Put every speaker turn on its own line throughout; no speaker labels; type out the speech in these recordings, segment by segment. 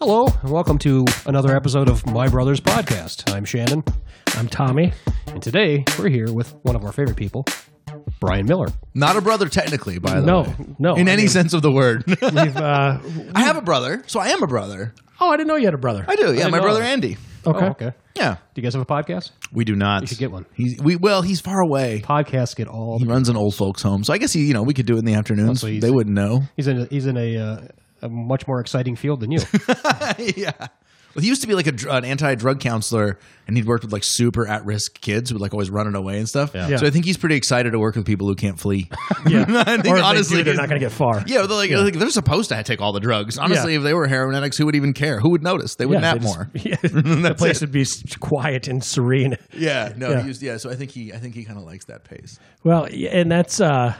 Hello, and welcome to another episode of My Brothers Podcast. I'm Shannon,
I'm Tommy.
and today we're here with one of our favorite people, Brian Miller.
Not a brother, technically, by the
No,
way.
no.
In any sense of the word.
We've, uh,
I have a brother, so I am a brother.
oh, I didn't know you had a brother.
I do. Yeah, my
know
brother
that.
Andy.
Okay.
Oh, okay. Do
Yeah.
you guys have a podcast?
We do not. You
should get one.
He's, we well, he's far away.
Podcasts get all
He
the.
runs an old folks' home, so I guess he, you know, we could do it in the afternoons.
so easy.
They wouldn't know.
He's in. A, he's in a, uh, a much more exciting field than you.
yeah. Well, he used to be like a, dr- an anti-drug counselor, and he'd worked with like super at-risk kids who would like always running away and stuff.
Yeah.
Yeah.
So I think he's pretty excited to work with people who can't flee.
Yeah.
I think
or if they
honestly,
do, they're
he's-
not going to get far.
yeah, they're like, like, they're supposed to take all the drugs. Honestly,
Yeah.
if they were heroin addicts, who would even care? Who would notice? They would
Yeah,
nap
they just-
more.
Yeah, the place
it.
would be s- quiet and serene.
Yeah, no,
Yeah.
He was, yeah. So I think he, I think he kind of likes that pace.
Well, y- and that's uh,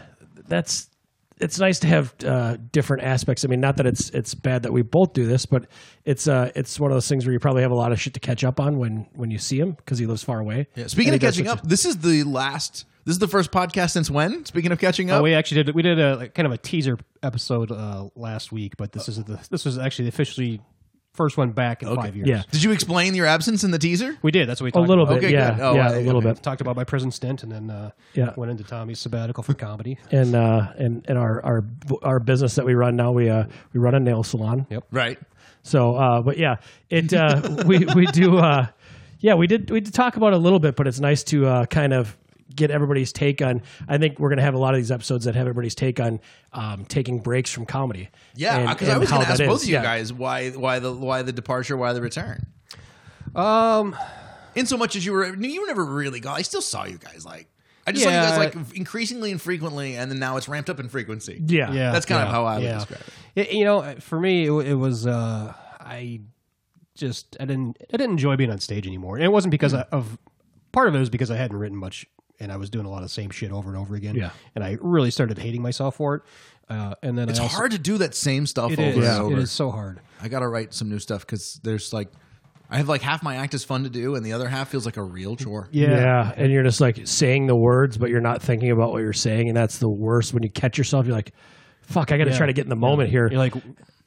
that's it's nice to have uh, different aspects. I mean, not that it's it's bad that we both do this, but it's uh, it's one of those things where you probably have a lot of shit to catch up on when when you see him because he lives far away.
Yeah. Speaking
And
of
he does
catching
such
up, this is the last. This is the first podcast since when? Speaking of catching up,
Oh, we actually did. We did a like, kind of a teaser episode uh, last week, but this is the. This was actually the officially first one back in five years.
Yeah.
did you explain your absence in the teaser?
We did. That's what we
A,
talked
little
about.
bit,
Okay,
yeah,
good. Oh,
yeah,
I-
a little bit.
Talked about my prison stint, and then uh,
Yeah.
went into Tommy's sabbatical from comedy.
and uh, and and our our our business that we run now we uh we run a nail salon.
Yep.
Right.
So, uh, but yeah, it uh, we we do uh, yeah we did we did talk about it a little bit, but it's nice to uh, kind of get everybody's take on. I think we're gonna have a lot of these episodes that have everybody's take on um, taking breaks from comedy.
Yeah,
and-
because I
and
was
how
going to
that
ask both
is.
of you
Yeah.
guys why, why the, why the departure, why the return.
Um,
In so much as you were, you were never really gone. I still saw you guys like. I just
Yeah.
saw you guys like increasingly and frequently, and then now it's ramped up in frequency.
Yeah,
yeah,
That's kind of
yeah,
how I would
yeah.
describe it.
Y- you know, for me, it, w- it was uh, I just I didn't I didn't enjoy being on stage anymore, and it wasn't because
Mm.
I, of part of it was because I hadn't written much, and I was doing a lot of the same shit over and over again.
Yeah.
and I really started hating myself for it. Uh, and then
It's
I also,
hard to do that same stuff
It
over
is.
and over.
It is so hard.
I gotta write some new stuff because there's like, I have like half my act is fun to do, and the other half feels like a real chore.
Yeah.
Yeah, and you're just like saying the words, but you're not thinking about what you're saying, and that's the worst. When you catch yourself, you're like, "Fuck, I got to
Yeah.
try to get in the moment here."
You're like,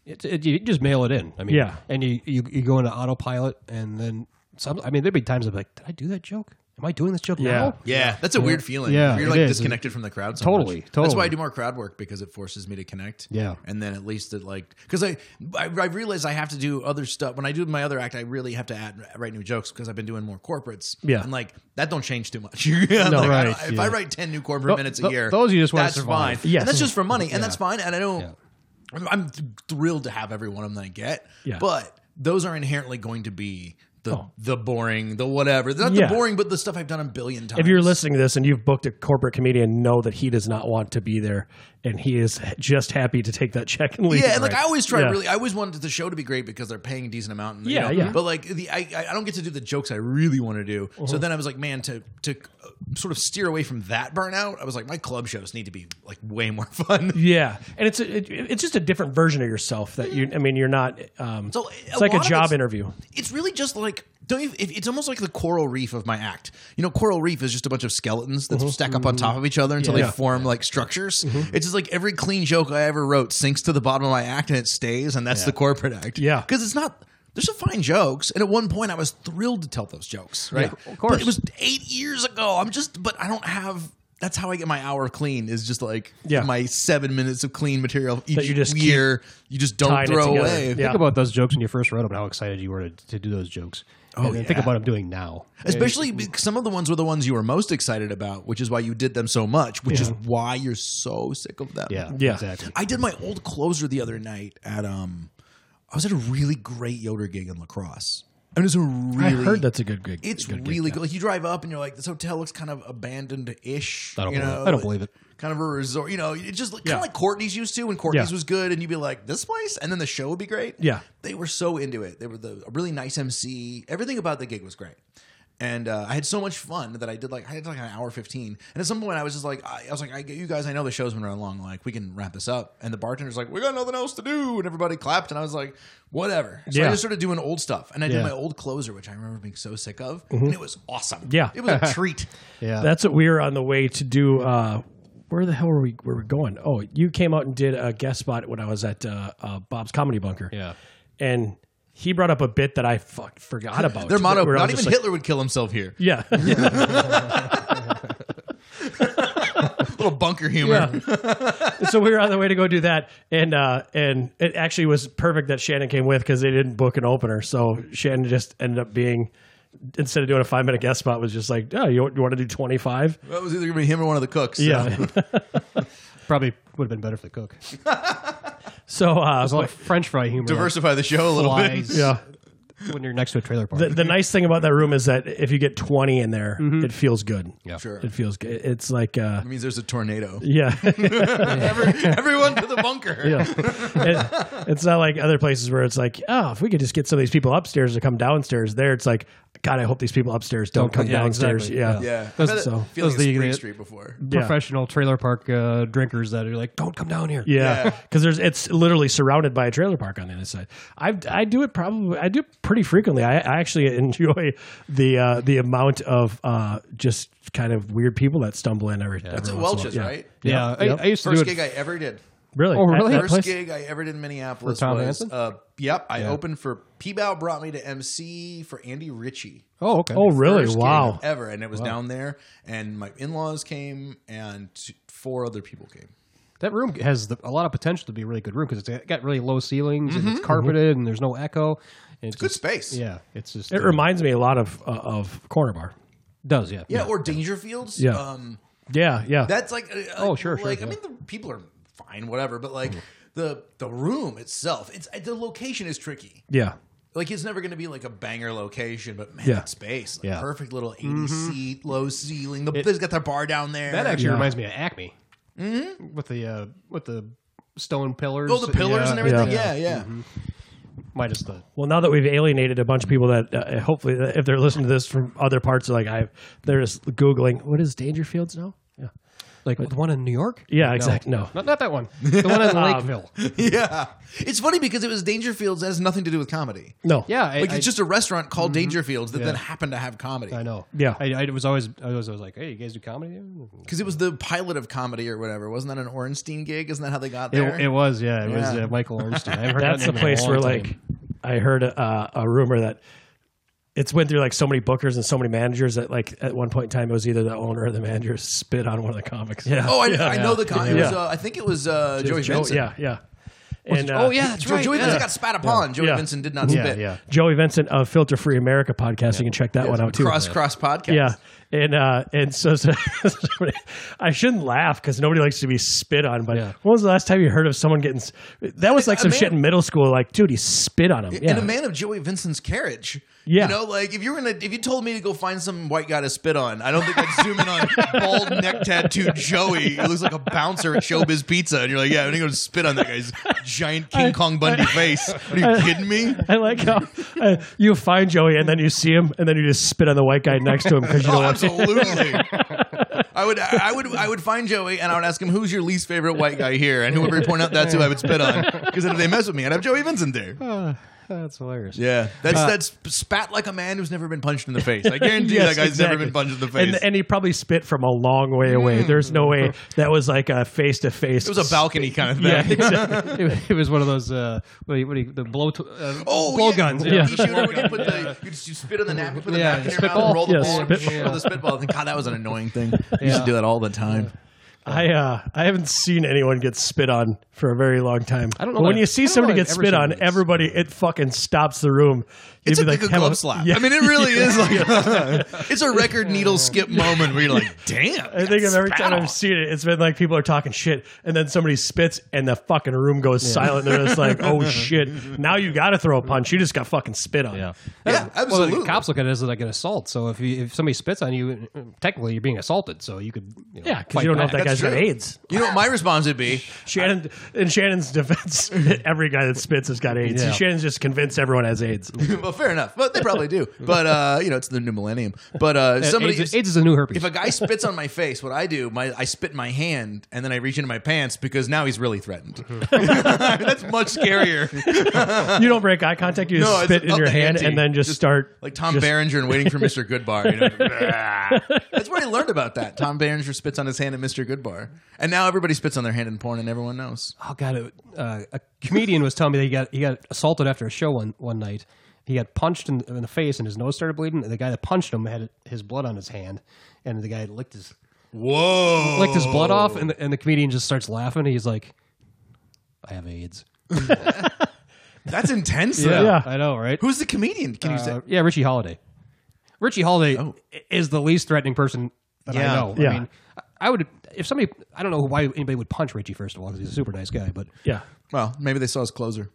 it, it, you just mail it in. I mean,
Yeah.
and you, you you go into autopilot, and then some. I mean, there'd be times I'm like, did I do that joke? Am I doing this joke
Yeah.
now?
Yeah, that's a weird feeling.
Yeah,
you're
it
like
is.
disconnected from the crowd. So
Totally,
much. That's why
totally.
I do more crowd work because it forces me to connect.
Yeah.
and then at least it like because I, I I realize I have to do other stuff when I do my other act. I really have to add write new jokes because I've been doing more corporates.
Yeah.
and like that don't change too much. Yeah,
No,
like, I don't-
right,
If
yeah.
I write ten new corporate
Tho-
minutes a
tho-
year,
those you just wanna
that's
survive.
fine.
Yes.
and that's just for money, and that's
Yeah.
fine. And I don't. I'm- I'm thrilled to have every one of them that I get.
Yeah.
but those are inherently going to be. The,
Oh.
the boring, the whatever. Not
Yeah.
the boring, but the stuff I've done a billion times.
If you're listening to this and you've booked a corporate comedian, know that he does not want to be there, and he is just happy to take that check and leave.
Yeah, and like I always try
Yeah.
to really, I always wanted the show to be great because they're paying a decent amount. And, you
Yeah,
know,
yeah.
But like the, I, I don't get to do the jokes I really want to do.
Uh-huh.
So then I was like, man, to to uh, sort of steer away from that burnout, I was like, my club shows need to be like way more fun.
yeah, and it's a, it, it's just a different version of yourself that you. I mean, you're not. Um,
So,
it's like a
lot of
job
it's-
interview.
It's really just like don't you? It, it's almost like the coral reef of my act. You know, coral reef is just a bunch of skeletons that stack up on top of each other until
Mm-hmm. Yeah. Mm-hmm.
they form like structures. It's just like every clean joke I ever wrote sinks to the bottom of my act and it stays, and that's the corporate act.
Yeah.
because it's not. There's some fine jokes, and at one point I was thrilled to tell those jokes. Right,
Yeah, of course.
But it was eight years ago. I'm just, but I don't have. That's how I get my hour clean. Is just like
Yeah.
my seven minutes of clean material each
you just keep
year. You just don't
tying it
throw
together.
away.
Yeah.
Think about those jokes when you first wrote them, and how excited you were to, to do those jokes. Oh, and then think
yeah.
about them doing now.
Especially because some of the ones were the ones you were most excited about, which is why you did them so much, which is why you're so sick of them.
Yeah,
Yeah.
exactly.
I did my old closer the other night at um I was at a really great Yoder gig in lacrosse. I mean it was a really
that's a good gig.
it's really good. Like you drive up and you're like, this hotel looks kind of abandoned ish.
I don't
you
believe it.
know?
I don't believe it.
Kind of a resort, you know. It just like, kind
Yeah.
of like Courtney's used to when Courtney's
Yeah.
was good, and you'd be like, this place, and then the show would be great.
Yeah.
they were so into it. They were the a really nice MC. Everything about the gig was great. And uh, I had so much fun that I did like I had like an hour fifteen, and at some point I was just like I, I was like I, you guys I know the show's been running long like we can wrap this up, and the bartender's like we got nothing else to do, and everybody clapped, and I was like whatever. So
Yeah.
I just started doing old stuff, and I
Yeah.
did my old closer, which I remember being so sick of, and it was awesome.
Mm-hmm. Yeah.
it was a treat.
Yeah.
That's what we were on the way to do. Uh, where the hell were we? Where we going? Oh, you came out and did a guest spot when I was at uh, uh, Bob's Comedy Bunker.
Yeah.
and he brought up a bit that I fuck, forgot about.
Their motto,
Where I
not
was
even
just like,
Hitler would kill himself here.
Yeah.
little bunker humor.
so we were on the way to go do that, and uh, and it actually was perfect that Shannon came with because they didn't book an opener, so Shannon just ended up being instead of doing a five minute guest spot was just like, oh, you, you want to do twenty five?
That was either going to be him or one of the cooks. so-
Yeah.
Probably would have been better for the cook.
so uh,
There's a lot of French fry humor. that
Diversify the show a little
flies
bit.
yeah.
when you're next to a trailer park.
The, the nice thing about that room is that if you get twenty in there, it feels good.
Mm-hmm. yeah.
Sure.
It feels good. It's like uh,
It means there's a tornado.
yeah.
Every- everyone to the bunker.
Yeah. It- it's not like other places where it's like, oh, if we could just get some of these people upstairs to come downstairs. There, it's like, God, I hope these people upstairs don't, come
yeah,
downstairs.
exactly.
Yeah.
Yeah.
Those-
I had that
so-
feeling
those
of
the-
Spring
the-
Street before.
Yeah.
Professional trailer park uh, drinkers that are like, don't come down here.
Yeah,
Yeah.
because there's it's literally surrounded by a trailer park on the other side. I I do it probably I do it pretty frequently. I, I actually enjoy the uh, the amount of uh, just kind of weird people that stumble in every.
It's at
every once in a
Welch's,
while. Yeah.
right?
Yeah, I, I used to
First
do it.
gig I ever did.
Really?
Oh,
At
really?
that
First
place?
First gig I ever did in Minneapolis
For Tom
was
Hansen?
uh yep, I opened for P-Bow brought me to MC for Andy Ritchie.
Oh, okay.
Oh, really?
First gig
Wow.
Ever and it was down there and my in-laws came and t- four other people came.
That room has the, a lot of potential to be a really good room because it's got really low ceilings and it's carpeted and there's no echo. And it's
Good
just-
space.
Yeah, it's just
It reminds me a lot of uh, of Corner Bar.
does yeah
Yeah, or Dangerfields.
Yeah.
Um
Yeah, yeah.
That's like uh,
Oh, sure, sure,
Like
yeah. Mm.
I mean, the people are fine, whatever. But like the the room itself, it's uh, the location is tricky.
yeah.
Like it's never going to be like a banger location, but man,
Yeah.
that space, like,
Yeah.
perfect little 80 seat, low ceiling. The, they've got their bar down there.
That actually
Yeah.
reminds me of Acme mm-hmm. with the uh, with the stone pillars.
oh, the pillars
yeah,
and everything.
Yeah.
Yeah, yeah.
Minus the
Well, now that we've alienated a bunch of people that uh, hopefully, if they're listening to this from other parts, like I, they're just googling what is Dangerfields now. Yeah,
like the one in New York.
yeah, exactly. No,
Not, not that one. The one in Lakeville.
yeah. It's funny because it was Dangerfields that has nothing to do with comedy.
no.
Yeah, I,
Like
I- Mm-hmm.
it's just a restaurant called Dangerfields that then happened to have comedy
I know.
Yeah.
I, I was always I was always like, hey, you guys do comedy?
because it was the pilot of comedy or whatever. Wasn't that an Orenstein gig? Isn't that how they got
It,
there?
it was yeah. It was
Yeah.
uh, Michael Ornstein. I haven't heard
that's
that
the
name in a
place
long
where
time.
like I heard uh, a rumor that it's went through like so many bookers and so many managers that like at one point in time it was either the owner or the manager spit on one of the comics. Yeah.
Oh, I, I know the con. It was,
Yeah.
uh, I think it was uh, Joey
Joey-
Vincent.
Yeah, yeah. And uh,
oh yeah, that's
Jo-
right.
Joey
yeah.
Vincent got spat upon. Joey
Yeah.
Vincent did not
yeah,
spit.
yeah.
Joey Vincent of Filter Free America podcast. You can check that one out too.
Cross cross podcast.
Yeah, and uh, and so, so somebody- I shouldn't laugh because nobody likes to be spit on. But
Yeah.
when was the last time you heard of someone getting? s- That was like
A
some
man-
shit in middle school. Like, dude, he spit on him. Yeah,
And a man of Joey Vincent's carriage.
Yeah.
You know, like if you were in a, if you told me to go find some white guy to spit on, I don't think I'd zoom in on bald neck tattoo Joey. It looks like a bouncer at Showbiz Pizza, and you're like, yeah, I'm gonna go spit on that guy's giant King Kong Bundy face. Are you kidding me?
I like how uh, you find Joey and then you see him and then you just spit on the white guy next to him because you
Oh,
don't want to.
absolutely. I would, I would, I would find Joey and I would ask him, "Who's your least favorite white guy here?" And whoever pointed out that's who I would spit on. Because if they mess with me, I'd have Joey Vincent there.
Ah, That's hilarious.
Yeah, that's
Uh,
that's spat like a man who's never been punched in the face. I guarantee
Yes,
that guy's
exactly.
never been punched in the face. Mm.
And, and he probably spit from a long way away. There's no way that was like a face to face.
it was a balcony kind of thing.
Yeah, exactly.
it, it was one of those uh, what do you, what do you, the blow t- uh,
Oh,
blow
yeah.
guns.
You shoot it when you put the, you just you spit on the napkin, put the
Yeah,
napkin in your
spitball.
mouth, and roll the
Yeah,
ball, and
spitball.
roll the spitball. And God, that was an annoying thing. You used to do that all the time.
I uh, I haven't seen anyone get spit on for a very long time. I
don't know
When
that-
you
I
see
don't know
somebody
that I've
get
ever
spit
seen
on,
anyone get
everybody it fucking stops the room. You'd
It's
be
a, like, a
"Hello."
glove slap.
Yeah.
I mean, it really is like it's a record needle skip moment where you're like, damn.
I think of every
spat
time
on.
I've seen it, it's been like people are talking shit, and then somebody spits, and the fucking room goes silent. They're just like, "Oh shit! Now you got to throw a punch. You just got fucking spit on."
Yeah,
Yeah,
Well, the
absolutely.
cops look at it as like an assault. So if you, if somebody spits on you, technically you're being assaulted. So you could you know,
yeah, because
fight
you don't know if
back.
that guy's
That's
got
true.
AIDS.
You know what my response would be?
Shannon, in Shannon's defense, every guy that spits has got AIDS.
Yeah.
Shannon's just convinced everyone has AIDS.
well, fair enough. But they probably do. But uh, you know, it's the new millennium. But uh, somebody
AIDS, AIDS is a new herpes.
if a guy spits on my face, what I do, my I spit in my hand and then I reach into my pants because now he's really threatened. That's much scarier.
you don't break eye contact. You just
No, it's
spit in
up
your
the
hand
ante.
and then just,
Just
start.
Like Tom Berenger and waiting for Mr. Goodbar. You know? That's where he learned about that. Tom Berenger spits on his hand and Mr. bar. And now everybody spits on their hand in porn, and everyone knows.
oh god, it, uh, a comedian was telling me that he got he got assaulted after a show one one night. He got punched in, in the face and his nose started bleeding. And the guy that punched him had his blood on his hand, and the guy licked his
Whoa!
licked his blood off, and the,
Oh.
and the comedian just starts laughing. He's like, "I have AIDS."
That's intense.
Yeah,
though.
I know, right?
Who's the comedian? Can you say?
Uh, yeah, Richie Holiday. Richie Holiday
Oh.
i- is the least threatening person that
Yeah.
I know.
Yeah.
I mean, I- I would if somebody. I don't know why anybody would punch Richie first of all because he's a super nice guy, but
Yeah.
Well, maybe they saw his closer.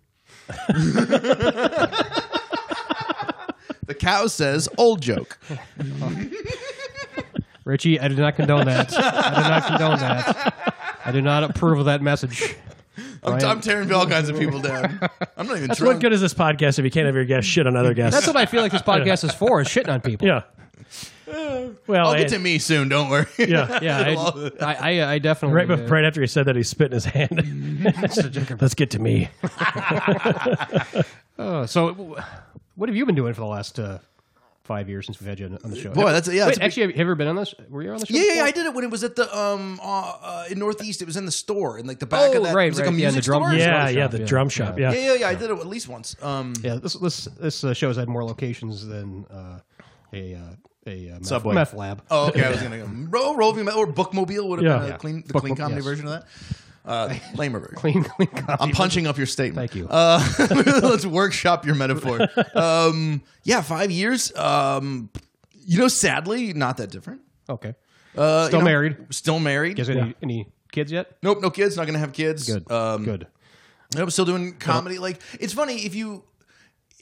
the cow says old joke.
Richie, I do not condone that. I do not condone that. I do not approve of that message.
I'm,
Brian-
I'm tearing all kinds of people down. I'm not even
That's
drunk.
what good is this podcast if you can't have your guest shit on other guests?
That's what I feel like this podcast is for: is shitting on people.
yeah. Well,
I'll get
and-
to me soon. Don't worry.
yeah.
yeah. I, I, I, I definitely
Right,
uh,
bef- right after he said that, he spit in his hand. Let's get to me.
uh, so, w- what have you been doing for the last uh, five years since we've had you on- on the show?
Boy, that's yeah.
Wait,
that's a big-
actually, have you ever been on this? Were you on the show?
yeah, yeah,
before?
yeah, I did it when it was at the um uh, uh, in Northeast. It was in the store in like the back of
Oh,
that.
right,
it was like a
right, yeah, the
music
drum-
store. or
Yeah,
shop,
yeah, the
yeah.
drum shop. Yeah.
something. yeah, yeah, yeah. I did it at least once. Um,
Yeah, this this this uh, show has had more locations than uh, a uh, a uh, meth,
Subway.
meth lab.
Oh, okay. I was gonna go Ro- Roving Metal or Bookmobile would have
Yeah.
been a
Yeah.
clean, the
Book-
clean
book-
comedy
yes.
version of that. Uh, lamer version.
Clean, clean copy.
I'm punching up your statement.
Thank you.
Uh, let's workshop your metaphor. Um, yeah, five years. Um, you know, sadly, not that different.
okay.
Uh,
Still
you know,
married.
Still married.
Guys, any any kids yet?
Nope, no kids. Not gonna have kids.
Good.
Um,
Good.
I'm still doing comedy. Like it's funny if you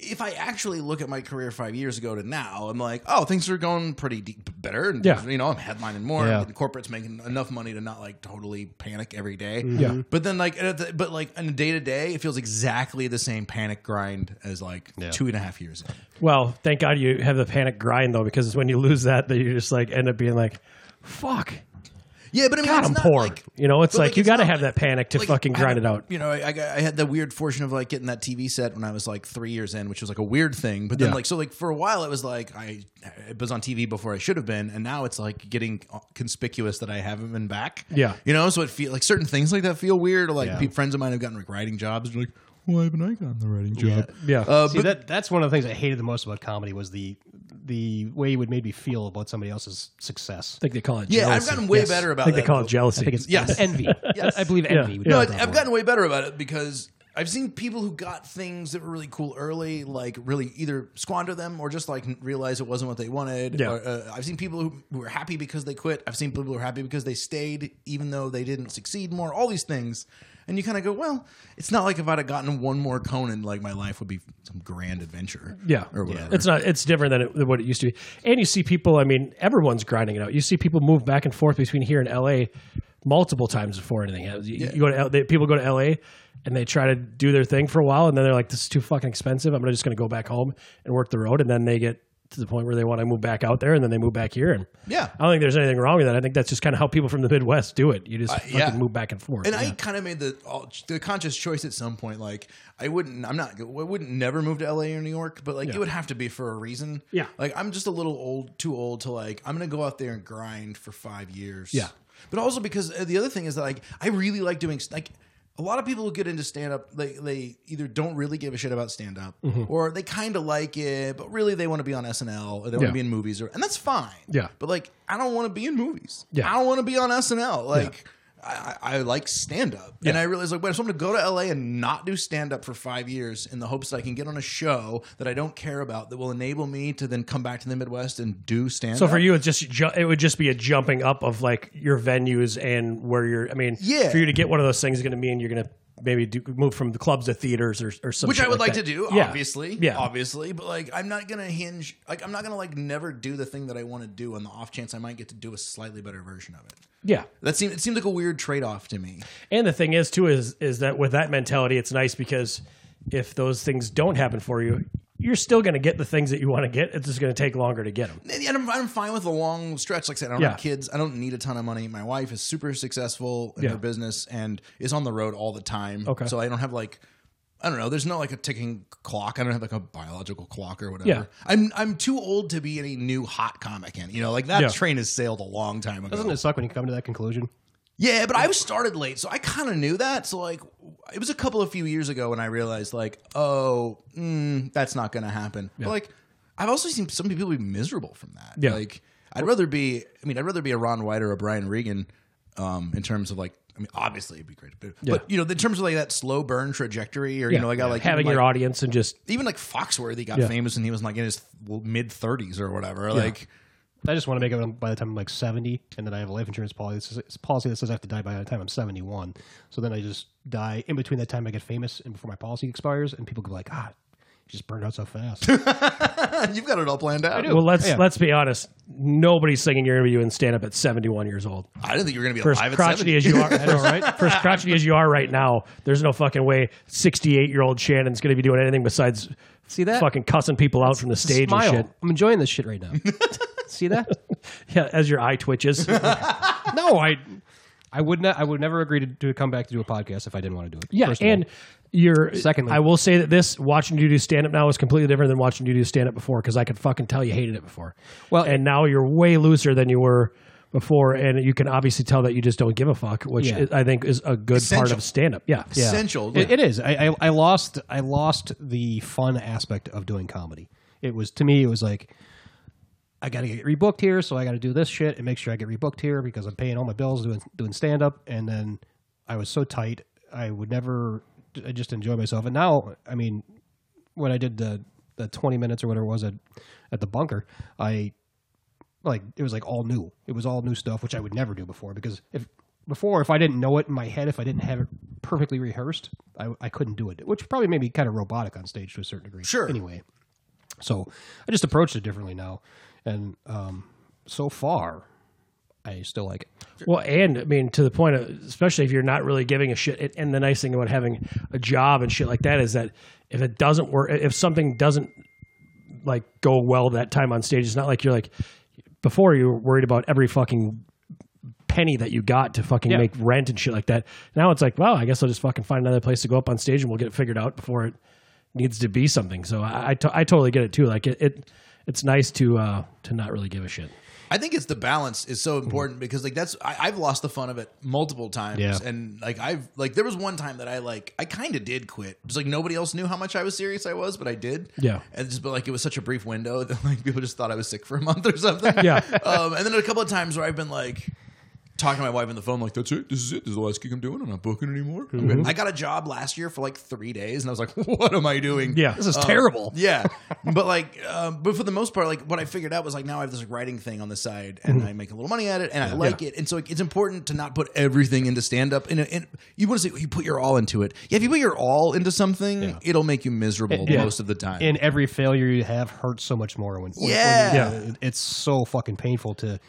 if I actually look at my career five years ago to now, I'm like, oh, things are going pretty deep, better. And,
Yeah.
you know, I'm headlining more.
Yeah.
The corporate's making enough money to not like totally panic every day.
Yeah.
But then like, at the- but like on a day to day, it feels exactly the same panic grind as like
Yeah.
two and a half years. in.
Well, thank God you have the panic grind though, because when you lose that, that you just like end up being like, "Fuck,
Yeah, but I mean,
God,
it's
I'm
not,
poor."
like-
you know, it's
but,
like, you
it's
got to
not
have
like-
that panic to
like,
fucking
I
grind
had-
it out.
You know, I, I- I had the weird fortune of like getting that TV set when I was like three years in, which was like a weird thing. But then
Yeah.
like so like for a while it was like I it was on TV before I should have been, and now it's like getting uh, conspicuous that I haven't been back.
Yeah.
you know, so it feel like certain things like that feel weird. Or like
Yeah.
pe- friends of mine have gotten like writing jobs, and they're like, why haven't I gotten the writing job?
Yeah,
Uh,
See
but-
that that's one of the things I hated the most about comedy was the the way it would made me feel about somebody else's success.
I think they call it.
yeah,
jealousy.
I've gotten way
Yes.
better about.
I think
that,
they call
though.
it jealousy.
I think it's
Yes.
envy.
Yes.
I believe envy.
Yeah.
would
No,
be
No,
the
I've, I've
word.
gotten way better about it because I've seen people who got things that were really cool early, like really either squander them or just like n- realize it wasn't what they wanted.
Yeah.
Or, uh, I've seen people who, who were happy because they quit. I've seen people who were happy because they stayed, even though they didn't succeed more. All these things, and you kind of go, well, it's not like if I'd have gotten one more Conan, like my life would be some grand adventure.
Yeah,
or whatever.
It's not. It's different than, it, than what it used to be. And you see people. I mean, everyone's grinding it out. You see people move back and forth between here and L.A. multiple times before anything. happens. You, you go to L- they, people go to L.A. and they try to do their thing for a while, and then they're like, "This is too fucking expensive. I'm just going to go back home and work the road." And then they get to the point where they want to move back out there, and then they move back here. And
Yeah.
I don't think there's anything wrong with that. I think that's just kind of how people from the Midwest do it. You just fucking
yeah.
move back and forth.
And
Yeah.
I kind of made the all, the conscious choice at some point. Like I wouldn't, I'm not, I wouldn't never move to LA or New York, but like it would have to be for a reason.
Yeah.
Like I'm just a little old, too old to like. I'm gonna go out there and grind for five years.
Yeah.
But also because uh, the other thing is that like I really like doing like. A lot of people who get into stand up, they, they either don't really give a shit about stand up
Mm-hmm.
or they kind of like it, but really they want to be on SNL or they want to
Yeah.
be in movies, or, and that's fine.
Yeah.
But like, I don't want to be in movies.
Yeah.
I don't want to be on SNL. Like, I I, I like stand up. And I realized, like, wait, so I'm going to go to LA and not do stand up for five years in the hopes that I can get on a show that I don't care about that will enable me to then come back to the Midwest and do stand up.
So for you, it's just ju- it would just be a jumping up of like your venues and where you're. I mean,
Yeah.
For you to get one of those things is going to mean you're going to maybe do, move from the clubs to theaters or or something.
which I would like, to do,
Yeah.
obviously.
Yeah.
Obviously. But like, I'm not going to hinge, like, I'm not going to, like, never do the thing that I want to do on the off chance I might get to do a slightly better version of it.
Yeah.
That seemed, it seemed like a weird trade off to me.
And the thing is too is is that with that mentality, it's nice because if those things don't happen for you, you're still going to get the things that you want to get. It's just going to take longer to get them.
and I'm, I'm fine with a long stretch. Like I said, I don't
Yeah.
have kids. I don't need a ton of money. My wife is super successful in
Yeah.
her business and is on the road all the time.
Okay.
So I don't have like, I don't know. There's not like a ticking clock. I don't have like a biological clock or whatever.
Yeah.
I'm I'm too old to be any new hot comic. And you know, like that
Yeah.
train has sailed a long time ago.
Doesn't it suck when you come to that conclusion?
Yeah, but I was started late, so I kind of knew that. So like, it was a couple of few years ago when I realized like, oh, mm, that's not going to happen. But like, I've also seen some people be miserable from that.
Yeah.
Like, I'd rather be. I mean, I'd rather be a Ron White or a Brian Regan, um, in terms of like. I mean, obviously it'd be great, but, but you know, in terms of like that slow burn trajectory, or you know, I got like
having
like,
your audience and just
even like Foxworthy got famous when he was like in his mid thirties or whatever. Like,
I just want to make it um, by the time I'm like 70, and then I have a life insurance policy, policy that says I have to die by the time I'm 71. So then I just die in between that time I get famous and before my policy expires, and people go like, ah, you just burned out so fast.
you've got it all planned out. I,
do.
well let's
Yeah.
let's be honest. Nobody's singing your interview in stand up at seventy one years old.
didn't think you were going to be
For as
alive at 70.
crotchety as you are, for as crotchety as you are right now, there's no fucking way sixty eight year old Shannon's going to be doing anything besides
See that?
fucking cussing people out from the stage
Smile.
and shit.
I'm enjoying this shit right now. See that?
Yeah, as your eye twitches.
No, I. I would not. I would never agree to, to come back to do a podcast if I didn't want to do it.
Yeah,
first of all.
and you're.
Secondly-
I will say that this watching you do stand up now is completely different than watching you do stand up before because I could fucking tell you hated it before.
Well-
and now you're way looser than you were before, and you can obviously tell that you just don't give a fuck, which
Yeah.
I I think is a good part
Essential.
of stand up. Yeah,
Yeah.
Essential.
It- it is. I, I I lost I lost the fun aspect of doing comedy. It was to me. It was like I got to get rebooked here, so I got to do this shit and make sure I get rebooked here because I'm paying all my bills doing doing stand up. And then I was so tight, I would never. I just enjoy myself. And now, I mean, when I did the the 20 minutes or whatever it was at at the bunker, I like it was like all new. It was all new stuff, which I would never do before because if before if I didn't know it in my head, if I didn't have it perfectly rehearsed, I, I couldn't do it, which probably made me kind of robotic on stage to a certain degree.
Sure.
Anyway, so I just approached it differently now, and um, so far, I still like it.
Well, and I mean, to the point, of, especially if you're not really giving a shit. And- And the nice thing about having a job and shit like that is that if it doesn't work, if something doesn't like go well that time on stage, it's not like you're like before you were worried about every fucking penny that you got to fucking
Yeah.
make rent and shit like that. Now it's like, well, I guess I'll just fucking find another place to go up on stage and we'll get it figured out before it needs to be something. So I I to- I totally get it too. Like it, it it's nice to uh to not really give a shit.
I think it's
Mm-hmm.
the balance is so important because like that's I, I've lost the fun of it multiple times.
Yeah.
And like I've like there was one time that I like I kind of did quit. It's like nobody else knew how much I was serious I was, but I did.
Yeah.
And just but like it was such a brief window that like people just thought I was sick for a month or something.
Yeah.
Um, and then a couple of times where I've been like talking to my wife on the phone, like, that's it, this is it, this is the last gig I'm doing, I'm not booking anymore.
Mm-hmm.
I got a job last year for like three days and I was like, What am I doing?
Yeah. This is
Um, terrible.
Yeah, but like, um, but for the most part, like what I figured out was like now I have this like, writing thing on the side, and I make a little money at it, and I like it, and so like, it's important to not put everything into stand up. And, and you want to say you put your all into it. Yeah, if you put your all into something, it'll make you miserable
Yeah.
most of the time.
And every failure you have hurts so much more when, when- when you-
Yeah.
it- it's so fucking painful to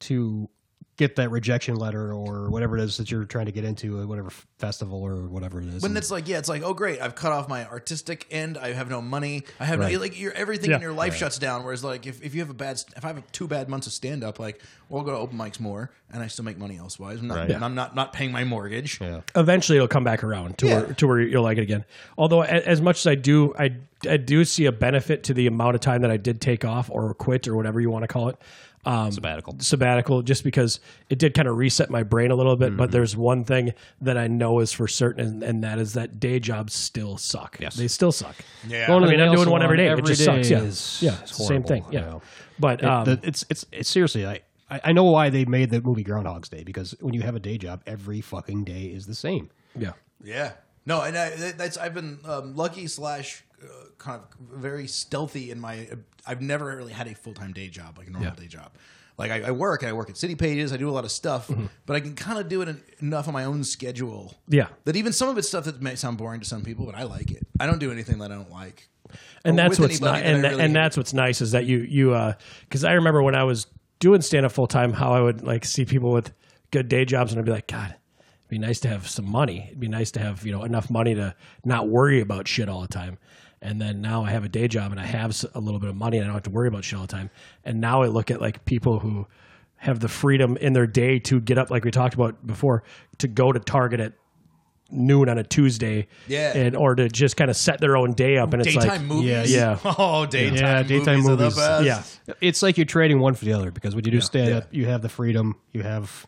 to get that rejection letter or whatever it is that you're trying to get into, uh, whatever f- festival or whatever it is.
when
And-
it's like, yeah, it's like, oh great, I've cut off my artistic end. I have no money. I have no, like your everything in
Yeah.
your life shuts down. Whereas like if, if you have a bad, if I have two bad months of stand up, like well, I'll go to open mics more, and I still make money elsewise. I'm not, and I'm not not paying my mortgage. Yeah.
eventually it'll come back around to where to where you'll like it again. Although a- as much as I do, I I do see a benefit to the amount of time that I did take off or quit or whatever you want to call it. Um, sabbatical, sabbatical, just because it did kind of reset my brain a little bit.
Mm-hmm.
But there's one thing that I know is for certain, and, and that is that day jobs still suck. Yes. they still suck.
Yeah.
Going to
I mean,
the
I'm
nail
doing one every day.
salon
it just
every
sucks.
day
Yeah,
is-
yeah,
it's
it's the same thing.
horrible, you
Yeah,
know.
but um,
the, it's it's it's seriously. I, I I know why they made the movie Groundhog's Day because when you have a day job, every fucking day is the same.
yeah,
Yeah. No, and I, that- that's I've been um, lucky slash uh, kind of very stealthy in my. I've never really had a full time day job like a normal day job. Like I, I work, I work at City Pages, I do a lot of stuff,
Mm-hmm.
but I can kind of do it en- enough on my own schedule.
Yeah.
That even some of it's stuff that may sound boring to some people, but I like it. I don't do anything that I don't like.
and
Or
that's
with
what's
anybody
nice
that
and,
I
tha-
really
and
hate.
that's what's nice is that you you because i remember when i was doing stand-up full-time how i would like see people with good day jobs and i'd be like god it'd be nice to have some money it'd be nice to have you know enough money to not worry about shit all the time and then now i have a day job and i have s- a little bit of money and i don't have to worry about shit all the time and now i look at like people who have the freedom in their day to get up like we talked about before to go to target at noon on a tuesday
Yeah.
and or to just kind of set their own day up and it's
Daytime
like
movies,
yeah.
Oh, daytime,
Yeah, daytime
movies, are the
movies.
best.
yeah
It's like you're trading one for the other because when you do stand up, you have the freedom, you have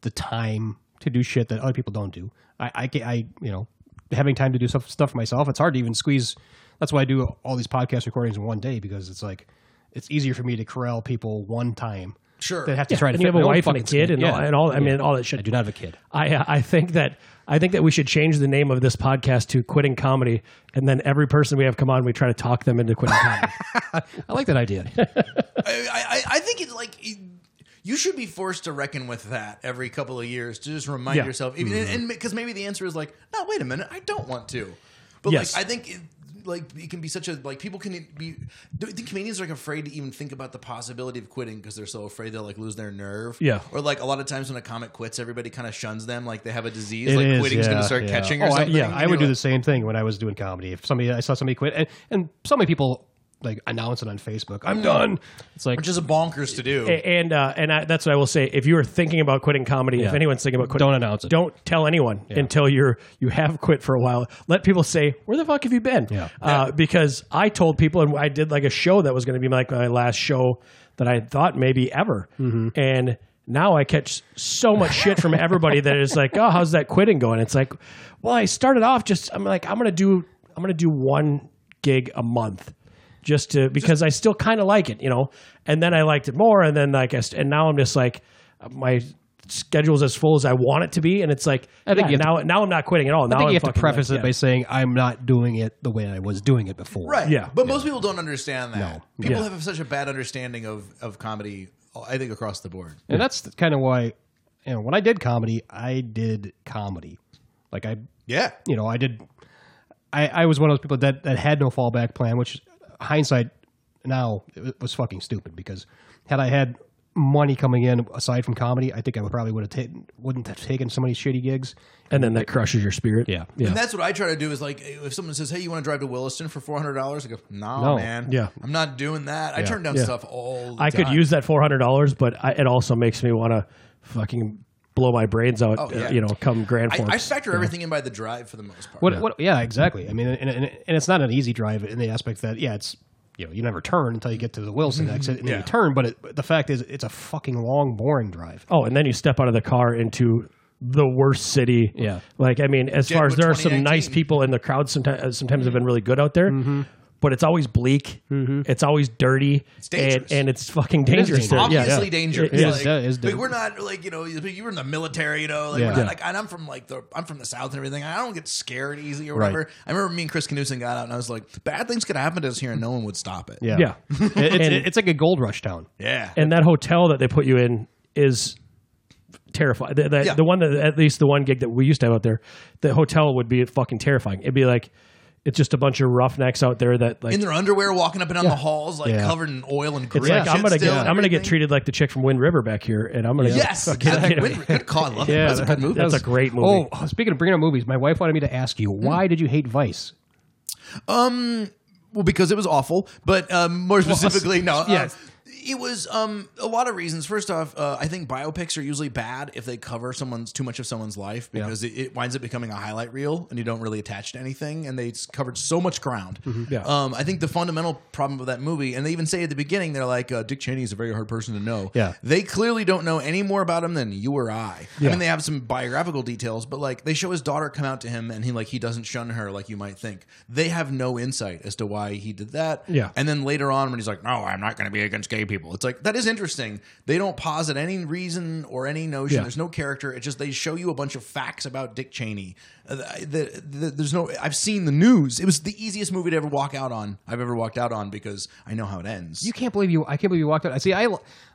the time to do shit that other people don't do. I, I, ca- I you know, having time to do stuff, stuff for myself, it's hard to even squeeze. That's why I do all these podcast recordings in one day because it's like, it's easier for me to corral people one time.
Sure.
That have to try to
and you
fit
have
my
a
own
wife and a
fucking
kid
schedule.
and, all,
Yeah.
and all. I mean, all that
I
shit.
do not have a kid.
I uh, I think that I think that we should change the name of this podcast to "Quitting Comedy," and then every person we have come on, we try to talk them into quitting comedy.
I like that idea.
I, I, I think it's like it- you should be forced to reckon with that every couple of years to just remind
Yeah.
yourself, even,
Mm-hmm.
and because maybe the answer is like, no, wait a minute, I don't want to. But
Yes.
like, I think it, like it can be such a like people can be. do you think comedians are like afraid to even think about the possibility of quitting because they're so afraid they'll like lose their nerve.
Yeah.
or like a lot of times when a comic quits, everybody kind of shuns them, like they have a disease,
It
like
is,
quitting's going
yeah,
to start
yeah.
catching or
Oh, I-
something.
yeah,
And
I
you're
would do
like-
the same thing when I was doing comedy. If somebody, I saw somebody quit, and, and so many people like announce it on Facebook, "I'm done." It's like
which is a bonkers to do.
A- and uh, and I, that's what I will say. If you are thinking about quitting comedy, if
Yeah.
anyone's thinking about quitting,
Don't announce it.
Don't tell anyone until you're you have quit for a while. Let people say, "Where the fuck have you been?"
Yeah.
Uh, Because I told people, and I did like a show that was going to be like my last show that I had thought maybe ever,
Mm-hmm.
and. Now I catch so much shit from everybody that is like, oh, how's that quitting going? It's like, well, I started off just I'm like I'm gonna do I'm gonna do one gig a month, just to because I still kind of like it, you know. And then I liked it more, and then like I st- and now I'm just like my schedule's as full as I want it to be, and it's like I
think you have
now now I'm not quitting at all.
I
now
think
I'm
you have to
fucking,
preface it
like, yeah.
by saying, "I'm not doing it the way I was doing it before."
Right.
Yeah.
But most people don't understand that. People
Yeah.
have such a bad understanding of, of comedy, I think, across the board.
And that's kind of why, you know, when I did comedy, I did comedy. Like I,
Yeah.
you know, I did. I, I was one of those people that, that had no fallback plan, which hindsight now it wa- was fucking stupid because had I had money coming in aside from comedy, I think I would probably would have taken wouldn't have taken so many shitty gigs.
and then that crushes your spirit.
Yeah.
yeah.
And that's what I try to do is like, if someone says, hey, you want to drive to Williston for $400? I go, nah,
No.
man.
Yeah.
I'm not doing that. I turn down
Yeah.
stuff all the
I could
time.
use that four hundred dollars, but I, it also makes me want to fucking blow my brains out. uh,
Oh, yeah.
you know, come grand
I,
forks.
I factor everything in by the drive for the most part.
What? Yeah. What? Yeah, exactly. I mean, and, and, and it's not an easy drive in the aspect that yeah, it's you know you never turn until you get to the Wilson exit and then
Yeah.
you turn. But it, but the fact is, it's a fucking long, boring drive.
Oh, and then you step out of the car into the worst city.
Yeah.
Like, I mean, as far as
Deadwood
there are some nice
2019.
people in the crowd, sometimes, sometimes
Mm-hmm.
have been really good out there, but it's always bleak. It's always dirty. It's
dangerous.
And, and it's fucking
is
dangerous.
dangerous.
Yeah.
obviously
yeah.
dangerous.
It is-
like,
that is
like,
dangerous.
we're not like you know you you were in the military, you know. Like,
Yeah.
we're not,
Yeah.
like and I'm from like the I'm from the south and everything. I don't get scared easy or whatever.
Right.
I remember me and Chris Knudsen got out and I was like, bad things could happen to us here and no one would stop it.
Yeah,
Yeah.
It- it's, it's like a gold rush town.
yeah.
And that hotel that they put you in is terrifying. The, the,
Yeah.
the one that, at least the one gig that we used to have out there, the hotel would be fucking terrifying. It'd be like, it's just a bunch of roughnecks out there that like
in their underwear, walking up and down the halls, like
Yeah.
covered in oil and grease.
It's like
and
I'm gonna
still
get
and
I'm gonna get
everything.
treated like the chick from Wind River back here, and I'm gonna
Yes,
fucking-
Captain Winfrey. Good call. I love that. That's a good movie.
That's a great movie. Hmm.
Oh, oh, speaking of bringing up movies, my wife wanted me to ask you why did you hate Vice?
well, because it was awful, but um, more specifically, no. uh,
yes.
it was um, a lot of reasons. First off, uh, I think biopics are usually bad if they cover someone's too much of someone's life because it, it winds up becoming a highlight reel and you don't really attach to anything. And they s- covered so much ground.
Mm-hmm. Yeah.
Um, I think the fundamental problem of that movie, and they even say at the beginning, they're like, uh, "Dick Cheney is a very hard person to know."
Yeah.
They clearly don't know any more about him than you or I. I mean, they have some biographical details, but like they show his daughter come out to him and he like he doesn't shun her like you might think. They have no insight as to why he did that.
Yeah.
And then later on when he's like, "No, I'm not going to be against gay people." It's like that is interesting. They don't posit any reason or any notion.
Yeah.
There's no character. It's just they show you a bunch of facts about Dick Cheney. Uh, the, the, there's no I've seen the news. It was the easiest movie to ever walk out on. I've ever walked out on because I know how it ends.
You can't believe you! I can't believe you walked out. I see. I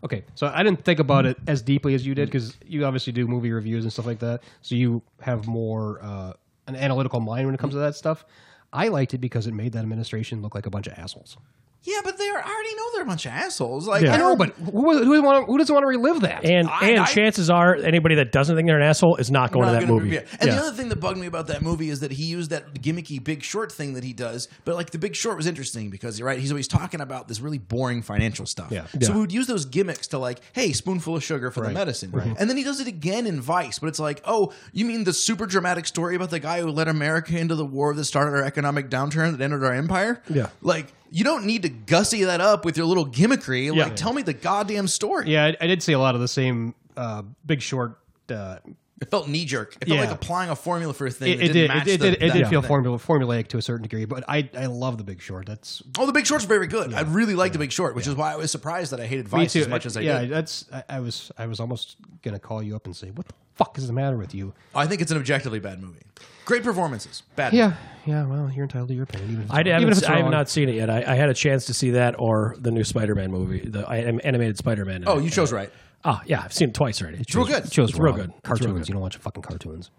okay, so I didn't think about it as deeply as you did because you obviously do movie reviews and stuff like that, so you have more uh, an analytical mind when it comes to that stuff. I liked it because it made that administration look like a bunch of assholes.
yeah, but they are, I already know they're a bunch of assholes. Like
Yeah.
I know, but who who, doesn't want to, who doesn't want to relive that?
and
I-
and
I-
chances are anybody that doesn't think they're an asshole is not going
not
to that
gonna
movie.
be- And
Yeah.
the other thing that bugged me about that movie is that he used that gimmicky Big Short thing that he does. But like the Big Short was interesting because you're right, he's always talking about this really boring financial stuff.
Yeah.
So
Yeah.
we would use those gimmicks to like, hey, spoonful of sugar for the medicine, and then he does it again in Vice. But it's like, oh, you mean the super dramatic story about the guy who led America into the war that started our economic downturn that ended our empire?
Yeah.
Like you don't need to gussy that up with your little gimmickry. Like,
Yeah.
tell me the goddamn story.
yeah, I, I did see a lot of the same uh, Big Short uh,
It felt knee jerk. It felt
Yeah.
like applying a formula for a thing.
it,
that
it
didn't
did
match
it, it
the-
did it did
that
feel
thing.
formula, formulaic to a certain degree, but I I love The Big Short. That's
Oh, The Big Short's very good. I really liked The Big Short, which is why I was surprised that I hated Vice as much as I
yeah,
did.
that's I, I was I was almost gonna call you up and say what the fuck is the matter with you?
I think it's an objectively bad movie. Great performances, bad.
Yeah, yeah. Well, you're entitled to your opinion. Even if it's
I,
wrong- even
haven't,
if it's
I have
wrong.
not seen it yet. I, I had a chance to see that or the new Spider-Man movie, the I- animated Spider-Man.
Oh, you chose right.
Oh, yeah, I've seen it twice already.
Real good.
Chose
It's real
wrong.
good. It's real
Cartoons.
good.
You don't watch fucking cartoons.